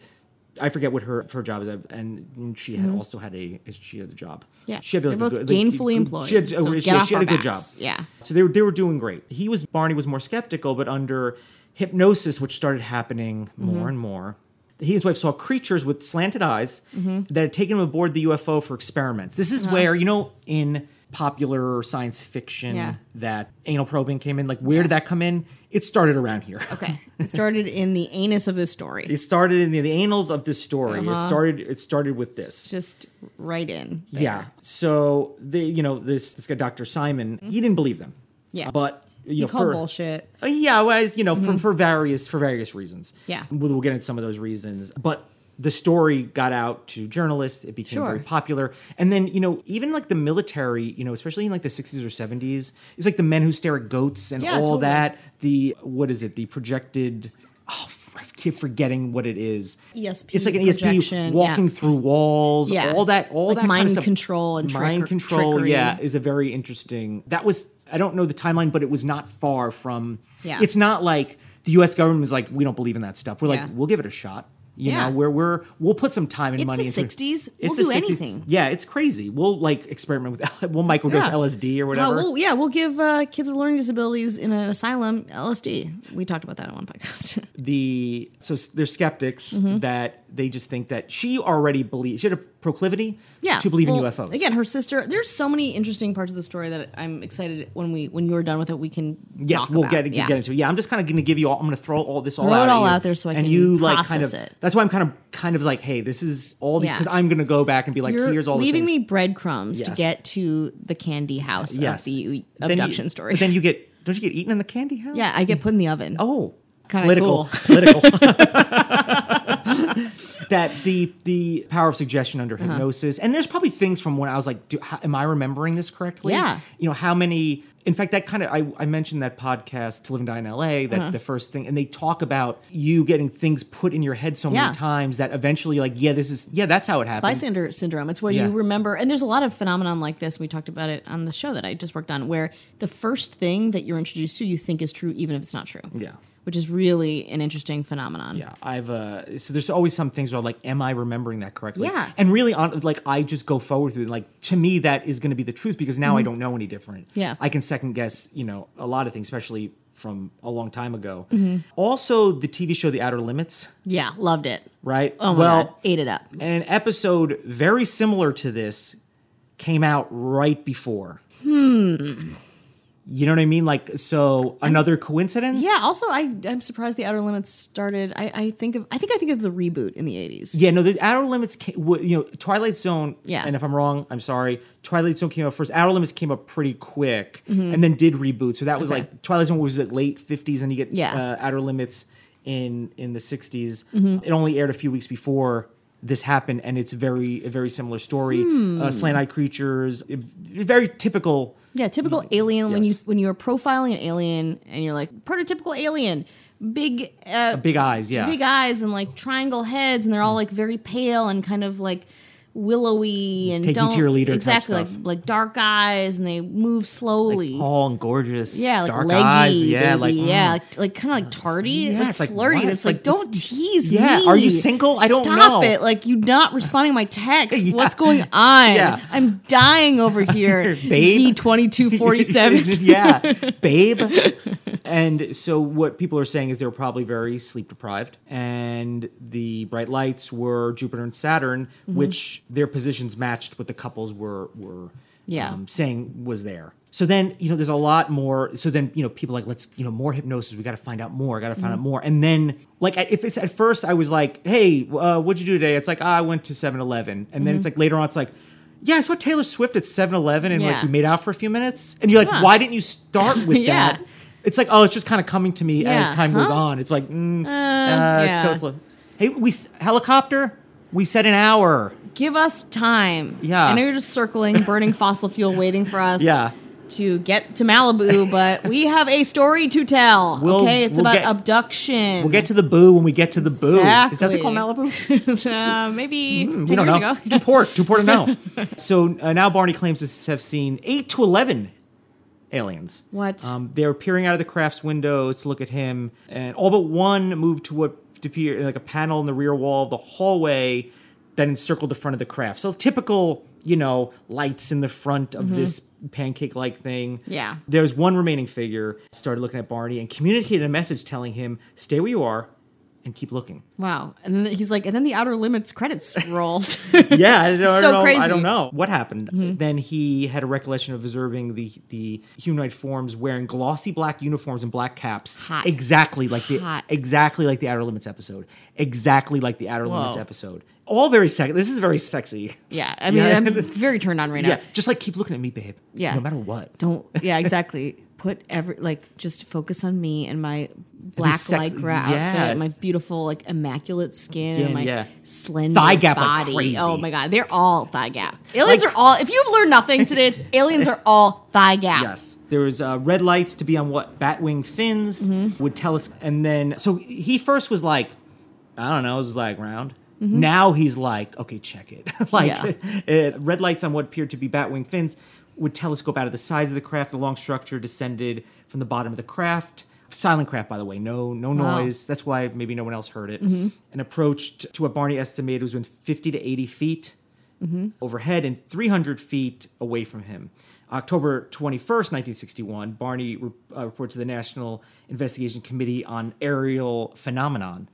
Speaker 5: I forget what her her job is. And she had also had a she had a job.
Speaker 4: Mm-hmm. Yeah,
Speaker 5: she had
Speaker 4: they're both gainfully employed,
Speaker 5: She had,
Speaker 4: so
Speaker 5: she,
Speaker 4: get off
Speaker 5: she had
Speaker 4: our
Speaker 5: a good
Speaker 4: backs.
Speaker 5: job.
Speaker 4: Yeah.
Speaker 5: So they were they were doing great. He was Barney was more skeptical, but under hypnosis, which started happening
Speaker 4: Mm-hmm.
Speaker 5: more and more. He and his wife saw creatures with slanted eyes
Speaker 4: Mm-hmm.
Speaker 5: that had taken him aboard the UFO for experiments. This
Speaker 4: Uh-huh.
Speaker 5: is where, you know, in popular science fiction
Speaker 4: Yeah.
Speaker 5: that anal probing came in, like where did that come in? It started around here.
Speaker 4: okay. It started in the anus of this story.
Speaker 5: It started in the, the annals of this story. It started it started with this.
Speaker 4: Just right in. Uh-huh. there.
Speaker 5: Yeah. So they, you know, this this guy, Dr. Simon, he didn't believe them.
Speaker 4: Mm-hmm. Yeah.
Speaker 5: But you
Speaker 4: You
Speaker 5: know,
Speaker 4: call
Speaker 5: for,
Speaker 4: bullshit.
Speaker 5: Uh, yeah, well, it's, you know, for, for various for various reasons.
Speaker 4: Mm-hmm. Yeah.
Speaker 5: we'll, we'll get into some of those reasons, but the story got out to journalists. It became very
Speaker 4: Sure.
Speaker 5: popular, and then you know, even like the military, you know, especially in like the sixties or seventies, it's like the men who stare at goats and
Speaker 4: Yeah,
Speaker 5: all
Speaker 4: totally.
Speaker 5: that. The what is it? The projected. Oh, f- I keep forgetting what it is.
Speaker 4: ESP
Speaker 5: It's like an
Speaker 4: E projection,
Speaker 5: ESP walking
Speaker 4: yeah.
Speaker 5: through walls.
Speaker 4: Yeah.
Speaker 5: All that. All
Speaker 4: Like
Speaker 5: that kind
Speaker 4: mind
Speaker 5: of stuff.
Speaker 4: control and trick-
Speaker 5: mind control.
Speaker 4: trickery.
Speaker 5: Yeah, is a very interesting. That was I don't know the timeline, but it was not far from.
Speaker 4: Yeah.
Speaker 5: It's not like the U.S. government was like, we don't believe in that stuff. We're
Speaker 4: Yeah.
Speaker 5: like, we'll give it a shot. You
Speaker 4: Yeah.
Speaker 5: know, we're we're we'll put some time and
Speaker 4: It's
Speaker 5: money
Speaker 4: the
Speaker 5: into it.
Speaker 4: 60s. We'll
Speaker 5: the
Speaker 4: do anything.
Speaker 5: Yeah, it's crazy. We'll like experiment with. We'll microdose
Speaker 4: Yeah.
Speaker 5: LSD or
Speaker 4: Oh,
Speaker 5: whatever.
Speaker 4: well, yeah, we'll give uh, kids with learning disabilities in an asylum LSD. We talked about that on one podcast.
Speaker 5: the so s- they're skeptics
Speaker 4: Mm-hmm.
Speaker 5: that they just think that she already believes she had a proclivity
Speaker 4: yeah,
Speaker 5: to believe
Speaker 4: well,
Speaker 5: in UFOs.
Speaker 4: Again, her sister. There's so many interesting parts of the story that I'm excited when we when you're done with it, we can.
Speaker 5: Yes,
Speaker 4: talk
Speaker 5: we'll
Speaker 4: about.
Speaker 5: get it,
Speaker 4: yeah.
Speaker 5: get into it. Yeah, I'm just kind of going to give you all. I'm going to throw all this all
Speaker 4: Throw
Speaker 5: out.
Speaker 4: it
Speaker 5: at
Speaker 4: all
Speaker 5: you.
Speaker 4: out there so I
Speaker 5: and
Speaker 4: can
Speaker 5: you like kind
Speaker 4: process
Speaker 5: of.
Speaker 4: it.
Speaker 5: That's why I'm kind of kind of like, hey, this is all these
Speaker 4: Yeah.
Speaker 5: because I'm going to go back and be like,
Speaker 4: You're
Speaker 5: here's all the
Speaker 4: leaving
Speaker 5: things.
Speaker 4: me breadcrumbs to
Speaker 5: Yes.
Speaker 4: get to the candy house
Speaker 5: yes
Speaker 4: of the
Speaker 5: Then you-
Speaker 4: abduction story.
Speaker 5: But then you get don't you get eaten in the candy house?
Speaker 4: yeah, I get put in the oven.
Speaker 5: Oh,
Speaker 4: Kinda
Speaker 5: political,
Speaker 4: cool.
Speaker 5: political. that the the power of suggestion
Speaker 4: Uh-huh.
Speaker 5: under hypnosis, and there's probably things from when I was like, do, how, am I remembering this correctly?
Speaker 4: Yeah.
Speaker 5: You know how many? In fact, that kind of I, I mentioned that podcast to live and die in L.A. That
Speaker 4: Uh-huh.
Speaker 5: the first thing, and they talk about you getting things put in your head so
Speaker 4: Yeah.
Speaker 5: many times that eventually, like, yeah, this is yeah, that's how it happened.
Speaker 4: bystander syndrome. It's where
Speaker 5: Yeah.
Speaker 4: you remember, and there's a lot of phenomenon like this. We talked about it on the show that I just worked on, where the first thing that you're introduced to, you think is true, even if it's not true.
Speaker 5: Yeah.
Speaker 4: which is really an interesting phenomenon.
Speaker 5: Yeah, I've uh so there's always some things where I'm like, am I remembering that correctly?
Speaker 4: Yeah.
Speaker 5: and really on like I just go forward through it. Like to me, that is going to be the truth because now I don't know any different.
Speaker 4: Mm-hmm. Yeah.
Speaker 5: I can second guess you know a lot of things, especially from a long time ago.
Speaker 4: Mm-hmm.
Speaker 5: Also, the TV show The Outer Limits,
Speaker 4: yeah, loved it.
Speaker 5: right?
Speaker 4: Oh my
Speaker 5: well,
Speaker 4: god, ate it up.
Speaker 5: an episode very similar to this came out right before. Hmm. You know what I mean? Like, so another coincidence?
Speaker 4: Yeah. Also, I I'm surprised the Outer Limits started. I, I think of I think I think of the reboot in the '80s.
Speaker 5: Yeah, no, the Outer Limits, ca- wa- you know, Twilight Zone.
Speaker 4: Yeah.
Speaker 5: And if I'm wrong, I'm sorry. Twilight Zone came up first. Outer Limits came up pretty quick, and then did reboot. So that was
Speaker 4: Mm-hmm. Okay.
Speaker 5: like Twilight Zone was like late 50s, and you get
Speaker 4: Yeah. Mm-hmm.
Speaker 5: uh, Outer Limits in in the 60s. It only aired a few weeks before this happened, and it's very a very similar story.
Speaker 4: Hmm.
Speaker 5: Uh, slant-eyed creatures, i- very typical.
Speaker 4: Yeah, typical alien. When you
Speaker 5: Mm-hmm. Yes.
Speaker 4: when you are profiling an alien and you're like prototypical alien, big uh,
Speaker 5: Big eyes, yeah.
Speaker 4: big eyes and like triangle heads, and they're all like very pale and kind of like willowy and
Speaker 5: Take me to
Speaker 4: don't
Speaker 5: your leader type
Speaker 4: exactly
Speaker 5: stuff.
Speaker 4: like like dark eyes and they move slowly.
Speaker 5: tall and gorgeous.
Speaker 4: yeah, like
Speaker 5: dark
Speaker 4: leggy,
Speaker 5: eyes. Yeah,
Speaker 4: baby.
Speaker 5: like mm.
Speaker 4: yeah, like, like kind of like tardy,
Speaker 5: Yeah,
Speaker 4: like
Speaker 5: it's like,
Speaker 4: flirty.
Speaker 5: what?
Speaker 4: It's like,
Speaker 5: Like,
Speaker 4: don't
Speaker 5: it's-
Speaker 4: tease
Speaker 5: Yeah,
Speaker 4: me.
Speaker 5: are you single? I don't
Speaker 4: Stop
Speaker 5: know.
Speaker 4: it. Like you're not responding to my text.
Speaker 5: Yeah.
Speaker 4: What's going on?
Speaker 5: Yeah.
Speaker 4: I'm dying over here.
Speaker 5: Babe.
Speaker 4: Z twenty two forty seven.
Speaker 5: yeah, babe. And so what people are saying is they were probably very sleep deprived, and the bright lights were Jupiter and Saturn,
Speaker 4: Mm-hmm.
Speaker 5: which their positions matched what the couples were were um,
Speaker 4: Yeah.
Speaker 5: saying was there. So then you know there's a lot more. So then you know people are like let's you know more hypnosis. We got to find out more. Got to
Speaker 4: Mm-hmm.
Speaker 5: find out more. And then like at- if it's at first I was like hey uh, what'd you do today? It's like ah, I went to 7-Eleven. And then it's
Speaker 4: Mm-hmm.
Speaker 5: like later on it's like. Yeah, I saw Taylor Swift at 7-Eleven and
Speaker 4: Yeah.
Speaker 5: like we made out for a few minutes. And you're like,
Speaker 4: Huh.
Speaker 5: why didn't you start with
Speaker 4: Yeah.
Speaker 5: that? It's like, oh, it's just kind of coming to me
Speaker 4: Yeah,
Speaker 5: as time goes
Speaker 4: huh?
Speaker 5: on. It's like, mm, uh,
Speaker 4: yeah.
Speaker 5: so it's like, hey, we s- helicopter. We said an hour.
Speaker 4: Give us time.
Speaker 5: Yeah.
Speaker 4: I know you're just circling, burning fossil fuel, waiting for us.
Speaker 5: Yeah.
Speaker 4: To get to Malibu, but we have a story to tell.
Speaker 5: We'll-
Speaker 4: okay, it's
Speaker 5: we'll
Speaker 4: about
Speaker 5: get-
Speaker 4: abduction.
Speaker 5: We'll get to the boo when we get to the boo. Is that
Speaker 4: Exactly.
Speaker 5: they call Malibu?
Speaker 4: uh, maybe
Speaker 5: Mm, Hmm, we
Speaker 4: 10
Speaker 5: don't
Speaker 4: years
Speaker 5: know.
Speaker 4: ago.
Speaker 5: Too poor. Too poor to know. so uh, now Barney claims to have seen eight to eleven aliens.
Speaker 4: What?
Speaker 5: Um, they're peering out of the craft's windows to look at him, and all but one moved to what appeared like a panel in the rear wall of the hallway that encircled the front of the craft. So typical, you know, lights in the front of this pancake-like thing.
Speaker 4: Mm-hmm. Yeah.
Speaker 5: There's one remaining figure started looking at Barney and communicated a message telling him, "Stay where you are." And keep looking.
Speaker 4: Wow. And then he's like, and then the Outer Limits credits rolled.
Speaker 5: yeah, I don't,
Speaker 4: So
Speaker 5: I don't know.
Speaker 4: crazy. Mm-hmm.
Speaker 5: I don't know what happened. Then he had a recollection of observing the the humanoid forms wearing glossy black uniforms and black caps,
Speaker 4: Hot.
Speaker 5: exactly like the
Speaker 4: Hot.
Speaker 5: exactly like the Outer Limits episode, exactly like the Outer Limits
Speaker 4: Whoa.
Speaker 5: episode. All very sexy. This is very sexy.
Speaker 4: yeah. I mean,
Speaker 5: Yeah.
Speaker 4: I'm very turned on right now.
Speaker 5: Yeah, just like keep looking at me, babe.
Speaker 4: Yeah.
Speaker 5: no matter what.
Speaker 4: Don't. Yeah, exactly. Put every like just focus on me and my black
Speaker 5: sex-
Speaker 4: lycra outfit,
Speaker 5: yes.
Speaker 4: my beautiful like immaculate skin, and
Speaker 5: Skin,
Speaker 4: my
Speaker 5: yeah.
Speaker 4: slender
Speaker 5: Thigh gap like
Speaker 4: body.
Speaker 5: crazy.
Speaker 4: Oh my god, they're all thigh gap. Aliens
Speaker 5: Like-
Speaker 4: are all. If you've learned nothing today, it's aliens are all thigh gap.
Speaker 5: Yes. There was uh, red lights to be on what Batwing fins
Speaker 4: Mm-hmm.
Speaker 5: would tell us. And then, so he first was like, I don't know, it was like round. Now he's like, okay, check it. like,
Speaker 4: Mm-hmm. Yeah.
Speaker 5: it, red lights on what appeared to be Batwing fins would telescope out of the sides of the craft. The long structure descended from the bottom of the craft. Silent craft, by the way, no, no
Speaker 4: Wow. Mm-hmm.
Speaker 5: noise. That's why maybe no one else heard it. And approached to what Barney estimated was within fifty to eighty feet overhead and 300 feet away from him. October 21st, 1961, Barney re- uh, reported to the National Investigation Committee on Aerial Phenomenon.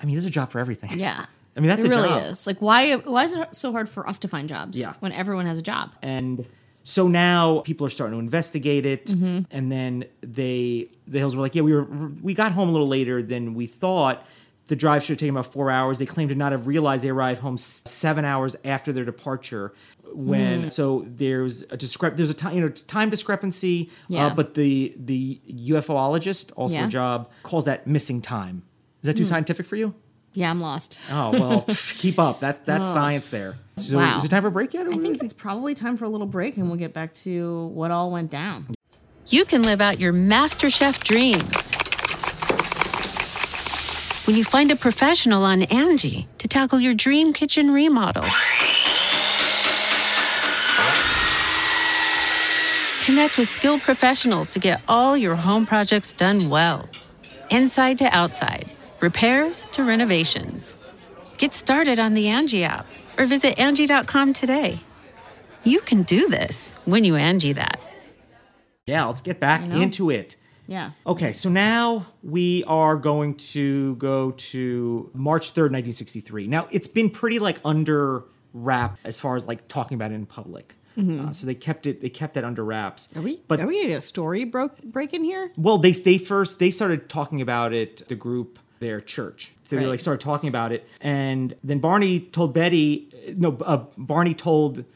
Speaker 5: I mean, there's a job for everything.
Speaker 4: Mm-hmm. Yeah.
Speaker 5: I mean, that's
Speaker 4: it
Speaker 5: a
Speaker 4: really
Speaker 5: job.
Speaker 4: is. Like, why? Why is it so hard for us to find jobs?
Speaker 5: Yeah.
Speaker 4: When everyone has a job.
Speaker 5: and so now people are starting to investigate it
Speaker 4: Mm-hmm.
Speaker 5: and then they the hills were like yeah we were we got home a little later than we thought the drive should have taken about four hours they claim to not have realized they arrived home s- seven hours after their departure when
Speaker 4: Mm-hmm.
Speaker 5: so there's a discrep there's a time you know time discrepancy
Speaker 4: Yeah.
Speaker 5: uh, but the the ufologist also
Speaker 4: Yeah. Hmm.
Speaker 5: a job calls that missing time is that too scientific for you
Speaker 4: Yeah, I'm lost.
Speaker 5: oh well keep up that that's science there so
Speaker 4: Oh. Wow.
Speaker 5: is it time for a break yet
Speaker 4: I think it's probably time for a little break, and we'll get back to what all went down.
Speaker 6: you can live out your MasterChef dreams when you find a professional on Angie to tackle your dream kitchen remodel. Connect with skilled professionals to get all your home projects done well. Inside to outside, repairs to renovations. Get started on the Angie app or visit Angie.com today. You can do this when you Angie that.
Speaker 5: Yeah, let's get back into it.
Speaker 4: Yeah.
Speaker 5: Okay, so now we are going to go to March 3rd, 1963. Now, it's been pretty like under wrap as far as like talking about it in public. Uh, so they kept it they kept that under wraps.
Speaker 4: Mm-hmm. Are we?
Speaker 5: But
Speaker 4: are we gonna get a story broke break in here?
Speaker 5: well, they they first they started talking about it. The group, their church, so
Speaker 4: Right.
Speaker 5: they like started talking about it, and then Barney told Betty, no, uh, Barney told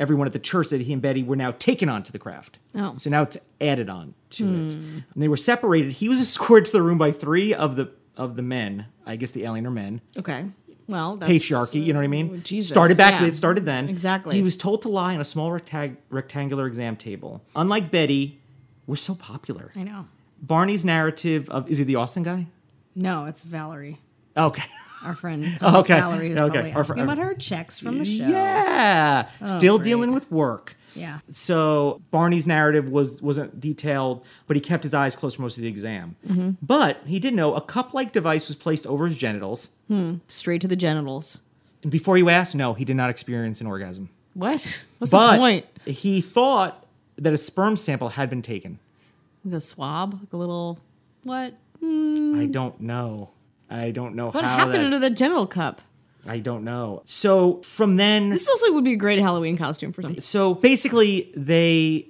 Speaker 5: everyone at the church that he and Betty were now taken onto the craft.
Speaker 4: Oh. Hmm.
Speaker 5: so now it's added on to it, and they were separated. He was escorted to the room by three of the of the men. I guess the alien are men
Speaker 4: Okay. Well, that's- oh,
Speaker 5: patriarchy. You know what I mean?
Speaker 4: Jesus,
Speaker 5: started back.
Speaker 4: yeah.
Speaker 5: It started then.
Speaker 4: Exactly.
Speaker 5: He was told to lie on a small rectang- rectangular exam table. Unlike Betty, we're so popular.
Speaker 4: I know.
Speaker 5: Barney's narrative of is he the Austin guy?
Speaker 7: No, it's Valerie,
Speaker 5: Okay.
Speaker 7: our friend.
Speaker 5: Oh, okay.
Speaker 7: Valerie is
Speaker 5: Okay,
Speaker 7: probably
Speaker 5: our fr-
Speaker 7: asking
Speaker 5: our-
Speaker 7: about her checks from the show.
Speaker 5: Yeah.
Speaker 4: Oh,
Speaker 5: Still dealing with work.
Speaker 7: Yeah.
Speaker 5: So Barney's narrative was wasn't detailed, but he kept his eyes closed for most of the exam.
Speaker 4: Mm-hmm.
Speaker 5: But he did know a cup-like device was placed over his genitals.
Speaker 4: Straight to the genitals.
Speaker 5: And before you ask, no, he did not experience an orgasm.
Speaker 4: What? What's
Speaker 5: but
Speaker 4: the point?
Speaker 5: he thought that a sperm sample had been taken.
Speaker 4: Like a swab, like a little what?
Speaker 5: I don't know. I don't know
Speaker 4: What
Speaker 5: how
Speaker 4: happened
Speaker 5: that.
Speaker 4: under the genital cup?
Speaker 5: I don't know. So from then,
Speaker 4: This also would be a great Halloween costume for something.
Speaker 5: so basically they,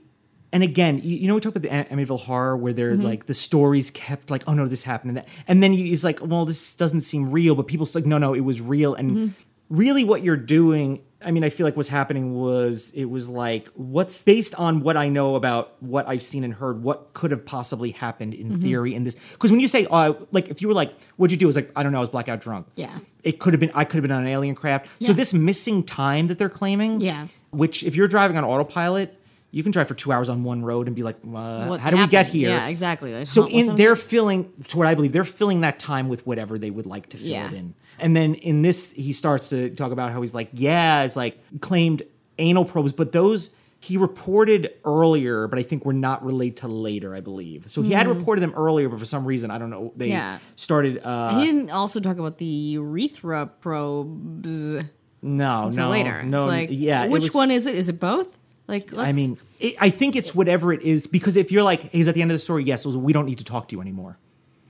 Speaker 5: and again, you, you know, we talk about the Am- Amityville horror where they're like the stories kept like, oh no, this happened, and that, and then you, it's like, well, this doesn't seem real, but people still like, no, no, it was real, and really, what you're doing. I mean, I feel like what's happening was it was like what's based on what I know about what I've seen and heard, what could have possibly happened in theory in this. Because when you say, uh, like, if you were like, what'd you do? It's like, I don't know, I was blackout drunk.
Speaker 4: Yeah.
Speaker 5: it could have been i could have been on an alien craft so this missing time that they're claiming
Speaker 4: Yeah.
Speaker 5: which if you're driving on autopilot you can drive for two hours on one road and be like uh,
Speaker 4: What
Speaker 5: how do we get
Speaker 4: happened?
Speaker 5: here
Speaker 4: Yeah, exactly. Like,
Speaker 5: so
Speaker 4: huh,
Speaker 5: in
Speaker 4: what's
Speaker 5: they're filling to what i believe they're filling that time with whatever they would like to fill
Speaker 4: Yeah.
Speaker 5: it in and then in this he starts to talk about how he's like yeah it's like claimed anal probes but those he reported earlier but i think were not relayed to later i believe so he had reported them earlier but for some reason i don't know they
Speaker 4: Hmm. Yeah.
Speaker 5: started uh
Speaker 4: He didn't also talk about the urethra probes
Speaker 5: no
Speaker 4: until
Speaker 5: no
Speaker 4: later.
Speaker 5: no
Speaker 4: it's like,
Speaker 5: yeah it
Speaker 4: which
Speaker 5: was-
Speaker 4: one is it? Is it both? Like, let's,
Speaker 5: I mean, it, I think it's whatever it is because if you're like, he's at the end of the story, yes, we don't need to talk to you anymore.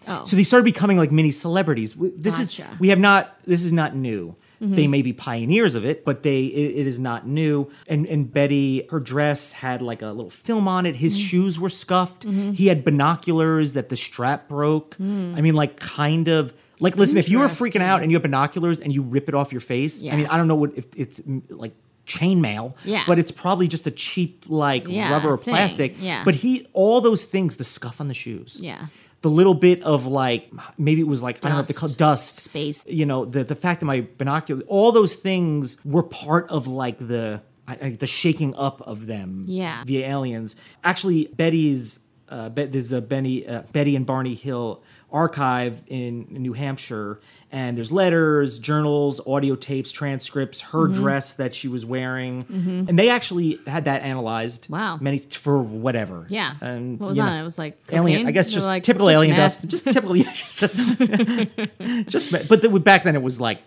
Speaker 4: Oh.
Speaker 5: So they started becoming like mini celebrities. We- This
Speaker 4: Gotcha. Mm-hmm.
Speaker 5: is we have not. This is not new. They may be pioneers of it, but they it, it is not new. And and Betty, her dress had like a little film on it. His
Speaker 4: Mm.
Speaker 5: shoes were scuffed.
Speaker 4: Mm-hmm.
Speaker 5: He had binoculars that the strap broke.
Speaker 4: Mm.
Speaker 5: I mean, like kind of like listen, if you were freaking out and you have binoculars and you rip it off your face, I
Speaker 4: Yeah.
Speaker 5: mean, I don't know what if it's mm, like chainmail,
Speaker 4: Yeah.
Speaker 5: but it's probably just a cheap like
Speaker 4: Yeah,
Speaker 5: rubber or
Speaker 4: thing.
Speaker 5: plastic.
Speaker 4: Yeah.
Speaker 5: But he all those things, the scuff on the shoes.
Speaker 4: Yeah.
Speaker 5: The little bit of like maybe it was like I don't know if they
Speaker 4: Dust.
Speaker 5: call dust
Speaker 4: Space.
Speaker 5: You know the the fact that my binocular all those things were part of like the I- I- the shaking up of them.
Speaker 4: Yeah.
Speaker 5: Via aliens. Actually, Betty's uh, Be- there's a Benny uh, Betty and Barney Hill archive in New Hampshire, and there's letters, journals, audio tapes, transcripts, her
Speaker 4: Mm-hmm.
Speaker 5: dress that she was wearing, and they actually had that analyzed.
Speaker 4: Wow.
Speaker 5: Many for whatever.
Speaker 4: yeah.
Speaker 5: And
Speaker 4: what was
Speaker 5: you
Speaker 4: on
Speaker 5: know,
Speaker 4: it? It was like
Speaker 5: alien.
Speaker 4: cocaine?
Speaker 5: I guess
Speaker 4: They're
Speaker 5: just
Speaker 4: like,
Speaker 5: typical alien
Speaker 4: meth.
Speaker 5: dust. Just typical. yeah, just, just- just meth. but the, back then it was like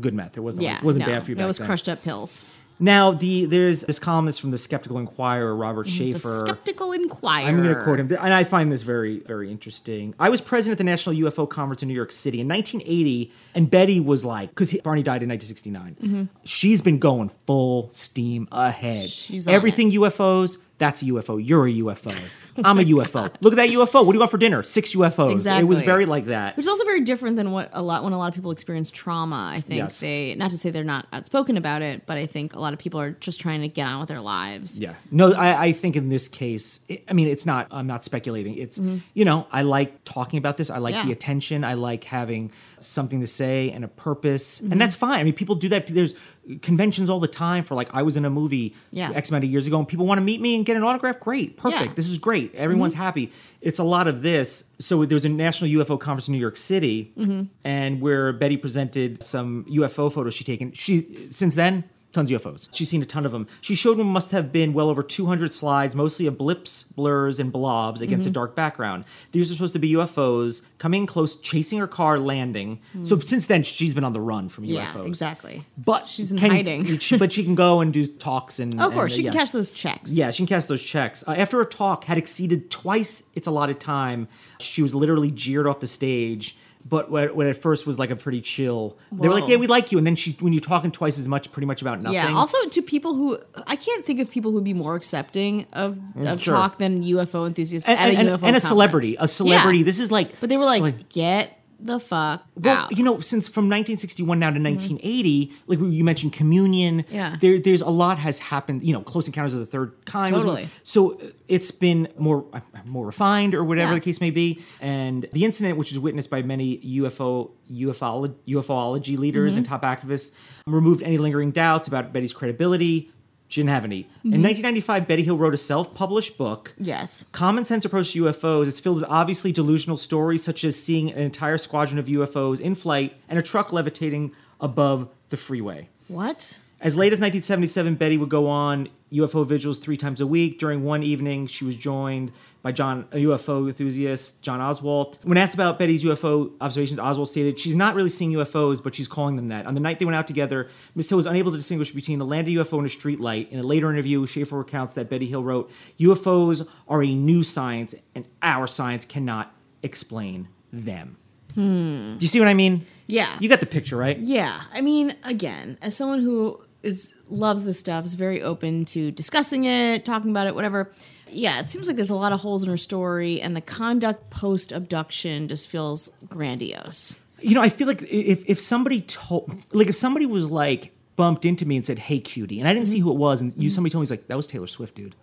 Speaker 5: good meth. It wasn't.
Speaker 4: Yeah,
Speaker 5: like, it wasn't
Speaker 4: no,
Speaker 5: bad for you.
Speaker 4: It
Speaker 5: back
Speaker 4: was
Speaker 5: then.
Speaker 4: crushed up pills.
Speaker 5: Now the there's this columnist from the Skeptical Inquirer, Robert
Speaker 4: Mm-hmm. The
Speaker 5: Schaefer.
Speaker 4: skeptical inquirer.
Speaker 5: I'm going to quote him, and I find this very, very interesting. I was president at the National UFO Conference in New York City in 1980, and Betty was like, because Barney died in 1969.
Speaker 4: Mm-hmm.
Speaker 5: She's been going full steam ahead.
Speaker 4: She's on
Speaker 5: Everything UFOs, that's a UFO. You're a UFO. I'm a UFO. Look at that UFO. What do you want for dinner? Six UFOs. It was
Speaker 4: Exactly.
Speaker 5: very like that.
Speaker 4: Which is also very different than what a lot when a lot of people experience trauma. I think
Speaker 5: Yes.
Speaker 4: they not to say they're not outspoken about it, but I think a lot of people are just trying to get on with their lives.
Speaker 5: Yeah. No, I, I think in this case, it, I mean, it's not, I'm not speculating. It's, you know, I like talking about this. I like
Speaker 4: Mm-hmm. Yeah.
Speaker 5: the attention. I like having something to say and a purpose.
Speaker 4: Mm-hmm.
Speaker 5: And that's fine. I mean, people do that. There's conventions all the time for like, I was in a movie
Speaker 4: Yeah.
Speaker 5: X amount of years ago and people want to meet me and get an autograph. Great. Perfect.
Speaker 4: Yeah. Mm-hmm.
Speaker 5: This is great. Everyone's happy. It's a lot of this. So there was a national UFO conference in New York City
Speaker 4: Mm-hmm.
Speaker 5: and where Betty presented some UFO photos she taken. She, since then, tons of UFOs. She's seen a ton of them. She showed them must have been well over 200 slides, mostly of blips, blurs, and blobs against
Speaker 4: Mm-hmm.
Speaker 5: a dark background. These are supposed to be UFOs coming close, chasing her car, landing. So since then, she's been on the run from
Speaker 4: Mm. Yeah,
Speaker 5: UFOs.
Speaker 4: exactly.
Speaker 5: But
Speaker 4: She's in
Speaker 5: can-
Speaker 4: hiding.
Speaker 5: she- but she can go and do talks and.
Speaker 4: Oh, of course,
Speaker 5: and, uh,
Speaker 4: she can
Speaker 5: yeah.
Speaker 4: cash those checks.
Speaker 5: Yeah, she can cash those checks. Uh, after her talk had exceeded twice its allotted time, she was literally jeered off the stage. But what, what at first was like a pretty chill. They were like,
Speaker 4: Whoa.
Speaker 5: "Yeah, we like you," and then she, when you're talking twice as much, pretty much about nothing.
Speaker 4: Yeah. Also, to people who I can't think of people who'd be more accepting of of
Speaker 5: Mm, sure.
Speaker 4: talk than UFO enthusiasts
Speaker 5: and,
Speaker 4: at
Speaker 5: and-
Speaker 4: a
Speaker 5: and-
Speaker 4: UFO
Speaker 5: and a
Speaker 4: conference.
Speaker 5: celebrity, a celebrity.
Speaker 4: Yeah.
Speaker 5: This is like,
Speaker 4: but they were like,
Speaker 5: cele-
Speaker 4: get the fuck
Speaker 5: Well,
Speaker 4: out. Mm-hmm.
Speaker 5: you know, since from 1961 now to 1980, like we- you mentioned, Communion.
Speaker 4: Yeah.
Speaker 5: There, there's a lot has happened. You know, Close Encounters of the Third Kind. was one-
Speaker 4: Totally.
Speaker 5: So uh, it's been more uh, more refined, or whatever
Speaker 4: Yeah.
Speaker 5: the case may be. And the incident, which is witnessed by many UFO UFO UFOlogy
Speaker 4: Mm-hmm.
Speaker 5: leaders and top activists, removed any lingering doubts about Betty's credibility. She didn't have any.
Speaker 4: Mm-hmm.
Speaker 5: In 1995, Betty Hill wrote a self-published book.
Speaker 4: yes.
Speaker 5: Common sense approach to UFOs is filled with obviously delusional stories, such as seeing an entire squadron of UFOs in flight and a truck levitating above the freeway.
Speaker 4: What?
Speaker 5: As late as 1977, Betty would go on UFO vigils three times a week. During one evening, she was joined by John, a UFO enthusiast, John Oswald. When asked about Betty's UFO observations, Oswald stated, She's not really seeing UFOs, but she's calling them that. On the night they went out together, Miss Hill was unable to distinguish between a landed UFO and a street light. In a later interview, Schaefer recounts that Betty Hill wrote, UFOs are a new science, and our science cannot explain them. Do you see what I mean?
Speaker 4: Yeah.
Speaker 5: You got the picture, right?
Speaker 4: Yeah, I mean, again, as someone who is loves this stuff, is very open to discussing it, talking about it, whatever. Yeah, it seems like there's a lot of holes in her story, and the conduct post abduction just feels grandiose.
Speaker 5: you know, I feel like if if somebody told, like, if somebody was like bumped into me and said, "Hey, cutie," and I didn't see
Speaker 4: Mm-hmm.
Speaker 5: who it was, and you somebody told me, "He's like that was Taylor Swift, dude."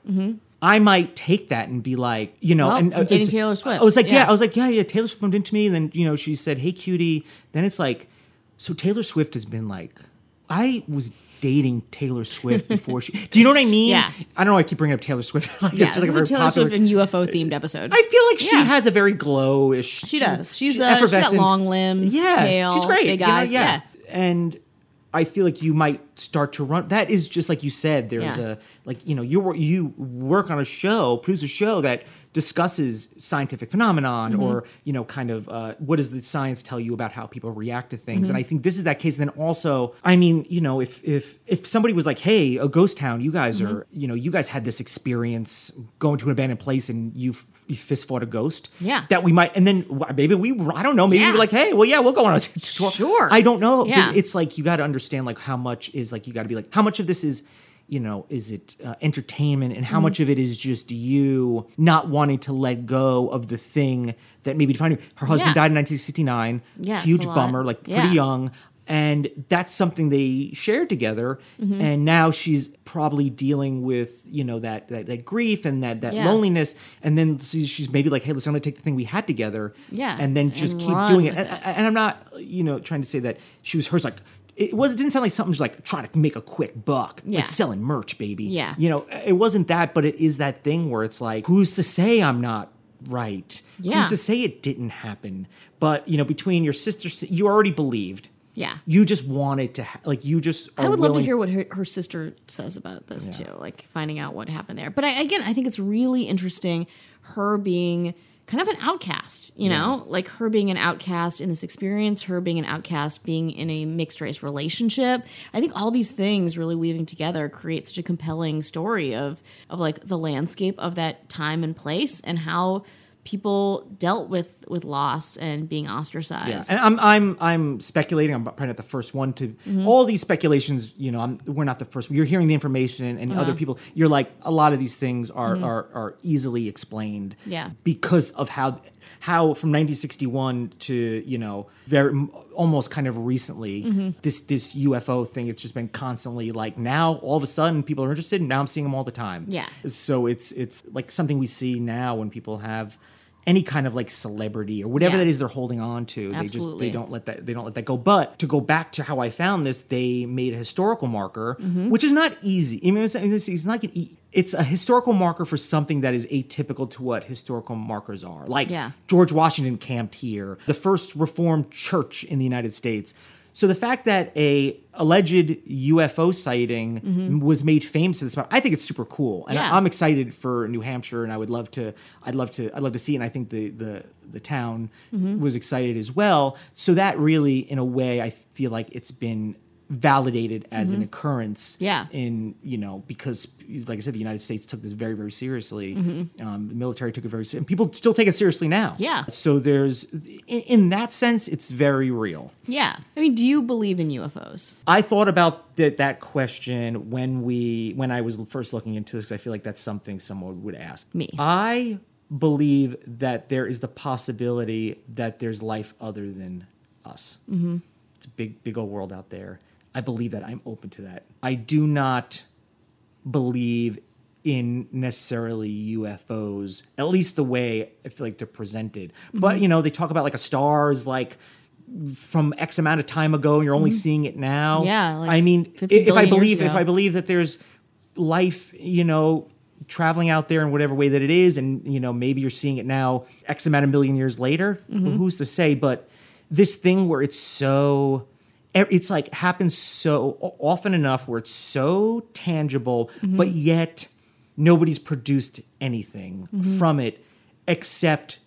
Speaker 5: I might take that and be like, you know,
Speaker 4: Well,
Speaker 5: and uh,
Speaker 4: I'm dating
Speaker 5: it's-
Speaker 4: Taylor Swift,
Speaker 5: I was like, yeah.
Speaker 4: yeah.
Speaker 5: I was like, yeah, yeah. Taylor Swift bumped into me, and then you know, she said, "Hey, cutie." Then it's like, so Taylor Swift has been like, I was dating Taylor Swift before she. Do you know what I mean?
Speaker 4: Yeah.
Speaker 5: I don't know. why I keep bringing up Taylor Swift. like, it's
Speaker 4: Yeah,
Speaker 5: like
Speaker 4: this is a
Speaker 5: very
Speaker 4: Taylor
Speaker 5: popular-
Speaker 4: Swift and UFO themed episode.
Speaker 5: I feel like she
Speaker 4: Yeah.
Speaker 5: has a very glowish.
Speaker 4: She does. She's, uh, she's got long limbs, pale, big
Speaker 5: you know,
Speaker 4: eyes, yeah.
Speaker 5: and I feel like you might start to run. That is just like you said.
Speaker 4: Yeah.
Speaker 5: There's a like you know you wor- you work on a show, produce a show that discusses scientific phenomenon
Speaker 4: Mm-hmm.
Speaker 5: or you know kind of uh, what does the science tell you about how people react to things.
Speaker 4: Mm-hmm.
Speaker 5: And I think this is that case. And then also, I mean, you know, if if if somebody was like, hey, a ghost town, you guys are
Speaker 4: Mm-hmm.
Speaker 5: you know you guys had this experience going to an abandoned place and you. f- You fist fought a ghost.
Speaker 4: Yeah.
Speaker 5: That we might, and then wh- maybe we, I don't know, maybe we
Speaker 4: Yeah.
Speaker 5: were like, hey, well, yeah, we'll go on a tour.
Speaker 4: Sure.
Speaker 5: I don't know.
Speaker 4: Yeah.
Speaker 5: It- It's like you got to understand like how much is like you got to be like how much of this is you know is it uh, entertainment and how
Speaker 4: Mm-hmm.
Speaker 5: much of it is just you not wanting to let go of the thing that maybe defined you. Her husband
Speaker 4: Yeah.
Speaker 5: died in 1969.
Speaker 4: Yeah, it's
Speaker 5: huge
Speaker 4: a lot.
Speaker 5: bummer. Like
Speaker 4: Yeah.
Speaker 5: pretty young. And that's something they shared together,
Speaker 4: Mm-hmm.
Speaker 5: and now she's probably dealing with you know that that, that grief and that that
Speaker 4: Yeah.
Speaker 5: loneliness, and then she's she's maybe like, hey, listen, I'm gonna take the thing we had together,
Speaker 4: Yeah,
Speaker 5: and then
Speaker 4: and
Speaker 5: just keep
Speaker 4: run
Speaker 5: doing it.
Speaker 4: with
Speaker 5: And, and I'm not, you know, trying to say that she was hers. Like it was, it didn't sound like something just like trying to make a quick buck,
Speaker 4: Yeah.
Speaker 5: like selling merch, baby.
Speaker 4: Yeah.
Speaker 5: you know, it wasn't that, but it is that thing where it's like, who's to say I'm not right?
Speaker 4: Yeah.
Speaker 5: who's to say it didn't happen? But you know, between your sister, you already believed.
Speaker 4: Yeah.
Speaker 5: you just wanted to, ha- like, you just.
Speaker 4: I
Speaker 5: are
Speaker 4: would love to
Speaker 5: willing-
Speaker 4: hear what her, her sister says about this too, like finding out what happened there. But I, again, I think it's really interesting her being kind of an outcast, you know, like her being an outcast in this experience, her being an outcast, being in a mixed race relationship. I think all these things really weaving together create such a compelling story of of like the landscape of that time and place and how people dealt with with loss and being
Speaker 5: Yeah,
Speaker 4: ostracized.
Speaker 5: and I'm I'm I'm speculating. I'm probably not the first one to
Speaker 4: Mm-hmm.
Speaker 5: all these speculations. You know, I'm we're not the first. You're hearing the information, and, and
Speaker 4: Uh-huh.
Speaker 5: other people. You're like a lot of these things are are, are easily explained.
Speaker 4: Mm-hmm. Yeah.
Speaker 5: because of how how from 1961 to you know very m- almost kind of recently
Speaker 4: Mm-hmm.
Speaker 5: this this UFO thing. It's just been constantly like now all of a sudden people are interested, and now I'm seeing them all the time.
Speaker 4: Yeah.
Speaker 5: so it's it's like something we see now when people have. Any kind of like celebrity or whatever
Speaker 4: Yeah.
Speaker 5: that is they're holding on to, they just
Speaker 4: Absolutely.
Speaker 5: they don't let that they don't let that go. But to go back to how I found this, they made a historical marker,
Speaker 4: Mm-hmm.
Speaker 5: which is not easy. I mean, it's, it's, it's not like an e- it's a historical marker for something that is atypical to what historical markers are. Like
Speaker 4: Yeah.
Speaker 5: George Washington camped here, the first Reformed church in the United States. So the fact that a alleged UFO sighting
Speaker 4: Mm-hmm.
Speaker 5: was made famous at this moment, I think it's super cool, and
Speaker 4: Yeah.
Speaker 5: I, I'm excited for New Hampshire, and I would love to, I'd love to, I'd love to see, it, and I think the the the town
Speaker 4: Mm-hmm.
Speaker 5: was excited as well. So that really, in a way, I feel like it's been validated as an occurrence.
Speaker 4: Mm-hmm. Yeah.
Speaker 5: In you know because like I said, the United States took this very very seriously. Um, the military took it very, se- and people still take it seriously now.
Speaker 4: Mm-hmm. Yeah.
Speaker 5: So there's in, in that sense, it's very real.
Speaker 4: yeah. I mean, do you believe in UFOs?
Speaker 5: I thought about th- that question when we when I was first looking into this because I feel like that's something someone would ask
Speaker 4: Me.
Speaker 5: I believe that there is the possibility that there's life other than us. It's a big, big old world out there. I believe that. I'm open to that. I do not believe in necessarily UFOs, at least the way I feel like they're presented.
Speaker 4: Mm-hmm.
Speaker 5: But you know, they talk about like a star is like from X amount of time ago, and you're only seeing it now.
Speaker 4: Mm-hmm. Yeah, like
Speaker 5: I mean,
Speaker 4: 50
Speaker 5: if I
Speaker 4: billion years
Speaker 5: believe, if
Speaker 4: ago.
Speaker 5: I believe that there's life, you know, traveling out there in whatever way that it is, and you know, maybe you're seeing it now, X amount of million years later.
Speaker 4: Mm-hmm.
Speaker 5: Who's to say? But this thing where it's so. e- It's like happens so o- often enough where it's so tangible,
Speaker 4: Mm-hmm.
Speaker 5: but yet nobody's produced anything
Speaker 4: Mm-hmm.
Speaker 5: from it except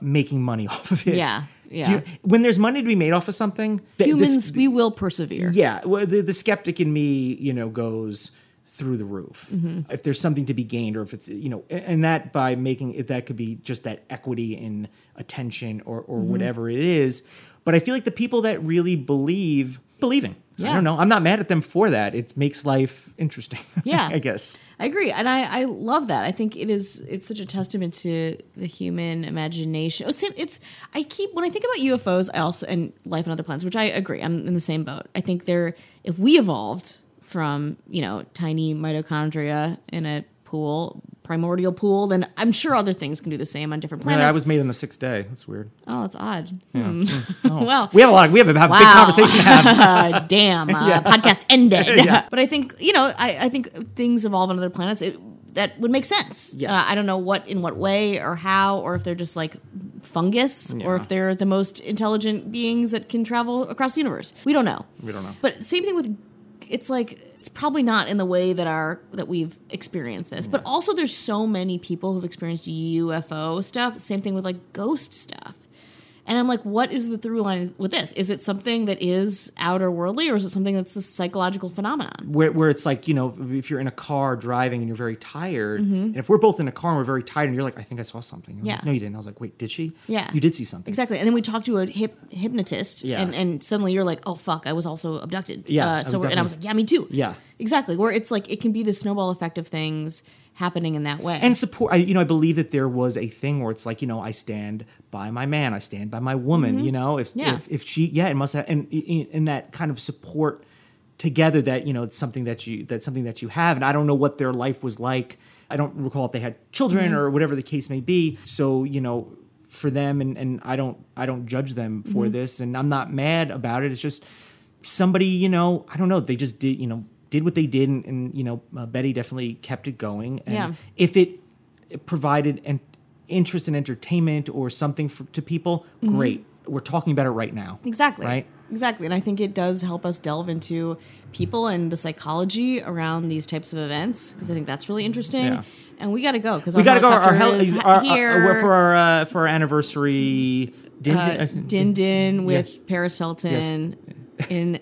Speaker 5: making money off of it.
Speaker 4: Yeah,
Speaker 5: Do
Speaker 4: yeah.
Speaker 5: you- when there's money to be made off of something, th- this-
Speaker 4: Humans, we will persevere.
Speaker 5: yeah, well, the, the skeptic in me, you know, goes through the roof.
Speaker 4: Mm-hmm.
Speaker 5: If there's something to be gained, or if it's, you know, a- and that by making it, that could be just that equity in attention or or
Speaker 4: Mm-hmm.
Speaker 5: whatever it is. But I feel like the people that really believe believing. I
Speaker 4: Yeah.
Speaker 5: don't know. I'm not mad at them for that. It makes life interesting.
Speaker 4: Yeah.
Speaker 5: I guess.
Speaker 4: I agree, and I, I love that. I think it is it's such a testament to the human imagination. Oh, see, It's I keep when I think about UFOs, I also and life on other planets, which I agree. I'm in the same boat. I think they're if we evolved from you know tiny mitochondria in a pool, primordial pool, then I'm sure other things can do the same on different
Speaker 5: Yeah,
Speaker 4: planets.
Speaker 5: I was made on the sixth day. That's weird.
Speaker 4: oh, that's odd. Hmm. well,
Speaker 5: Oh. We have a lot. We have a, have a big
Speaker 4: Wow.
Speaker 5: conversation to have.
Speaker 4: uh, damn, uh, podcast ended. But I think you know, I, I think things evolve on other planets. It, that would make sense.
Speaker 5: Yeah.
Speaker 4: Uh, I don't know what in what way or how, or if they're just like fungus, or if they're the most intelligent beings that can travel across the universe. We don't know. We
Speaker 5: don't know.
Speaker 4: But same thing with it's like it's probably not in the way that our that we've experienced this. But also there's so many people who've experienced UFO stuff. Same thing with like ghost stuff. And I'm like, what is the through line with this? Is it something that is outer worldly or is it something that's a psychological phenomenon?
Speaker 5: where, where it's like you know if you're in a car driving and you're very tired and if we're both in a car and we're very tired and you're like i think i saw something I'm like,
Speaker 4: Mm-hmm. Yeah.
Speaker 5: no you didn't i was like wait did she
Speaker 4: Yeah.
Speaker 5: you did see something
Speaker 4: Exactly. And then we talk to a hip, hypnotist
Speaker 5: Yeah.
Speaker 4: and, and suddenly you're like, oh, fuck, I was also abducted.
Speaker 5: Yeah, I
Speaker 4: Uh,
Speaker 5: was
Speaker 4: so we're- and I was like,
Speaker 5: definitely-
Speaker 4: yeah, me too.
Speaker 5: Yeah.
Speaker 4: Exactly. Where it's like, it can be the snowball effect of things happening in that way.
Speaker 5: and support I, you know i believe that there was a thing where it's like you know i stand by my man i stand by my woman you know if,
Speaker 4: Yeah.
Speaker 5: if if she yeah it must have and in that kind of support together that you know it's something that you that's something that you have and i don't know what their life was like i don't recall if they had children or whatever the case may be so you know for them and and i don't i don't judge them for this and i'm not mad about it it's just somebody, you know, I don't know, they just did, you know, did what they did, and, and you know, uh, Betty definitely kept it going. And
Speaker 4: Yeah.
Speaker 5: if it, it provided an interest and entertainment or something for, to people, great. We're talking about it right now.
Speaker 4: Mm-hmm. Exactly.
Speaker 5: Right?
Speaker 4: Exactly. And I think it does help us delve into people and the psychology around these types of events because I think that's really interesting.
Speaker 5: Yeah.
Speaker 4: And we got to go because
Speaker 5: We got to go. Our,
Speaker 4: helicopter
Speaker 5: hel-
Speaker 4: is
Speaker 5: our, our,
Speaker 4: here.
Speaker 5: for our uh, for our anniversary. Din,
Speaker 4: uh,
Speaker 5: din-
Speaker 4: Din Din with Paris Hilton in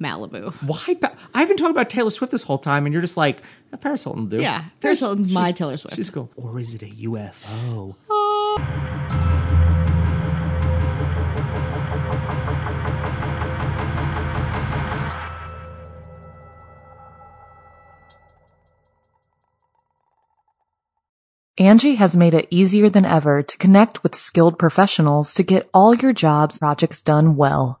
Speaker 4: Malibu.
Speaker 5: why? Pa- I've been talking about Taylor Swift this whole time, and you're just like, "Eh, Paris Hilton, dude.
Speaker 4: Yeah, Paris Hilton's my Taylor Swift.
Speaker 5: She's cool. Or is it a UFO?
Speaker 1: Angie has made it easier than ever to connect with skilled professionals to get all your jobs projects done well.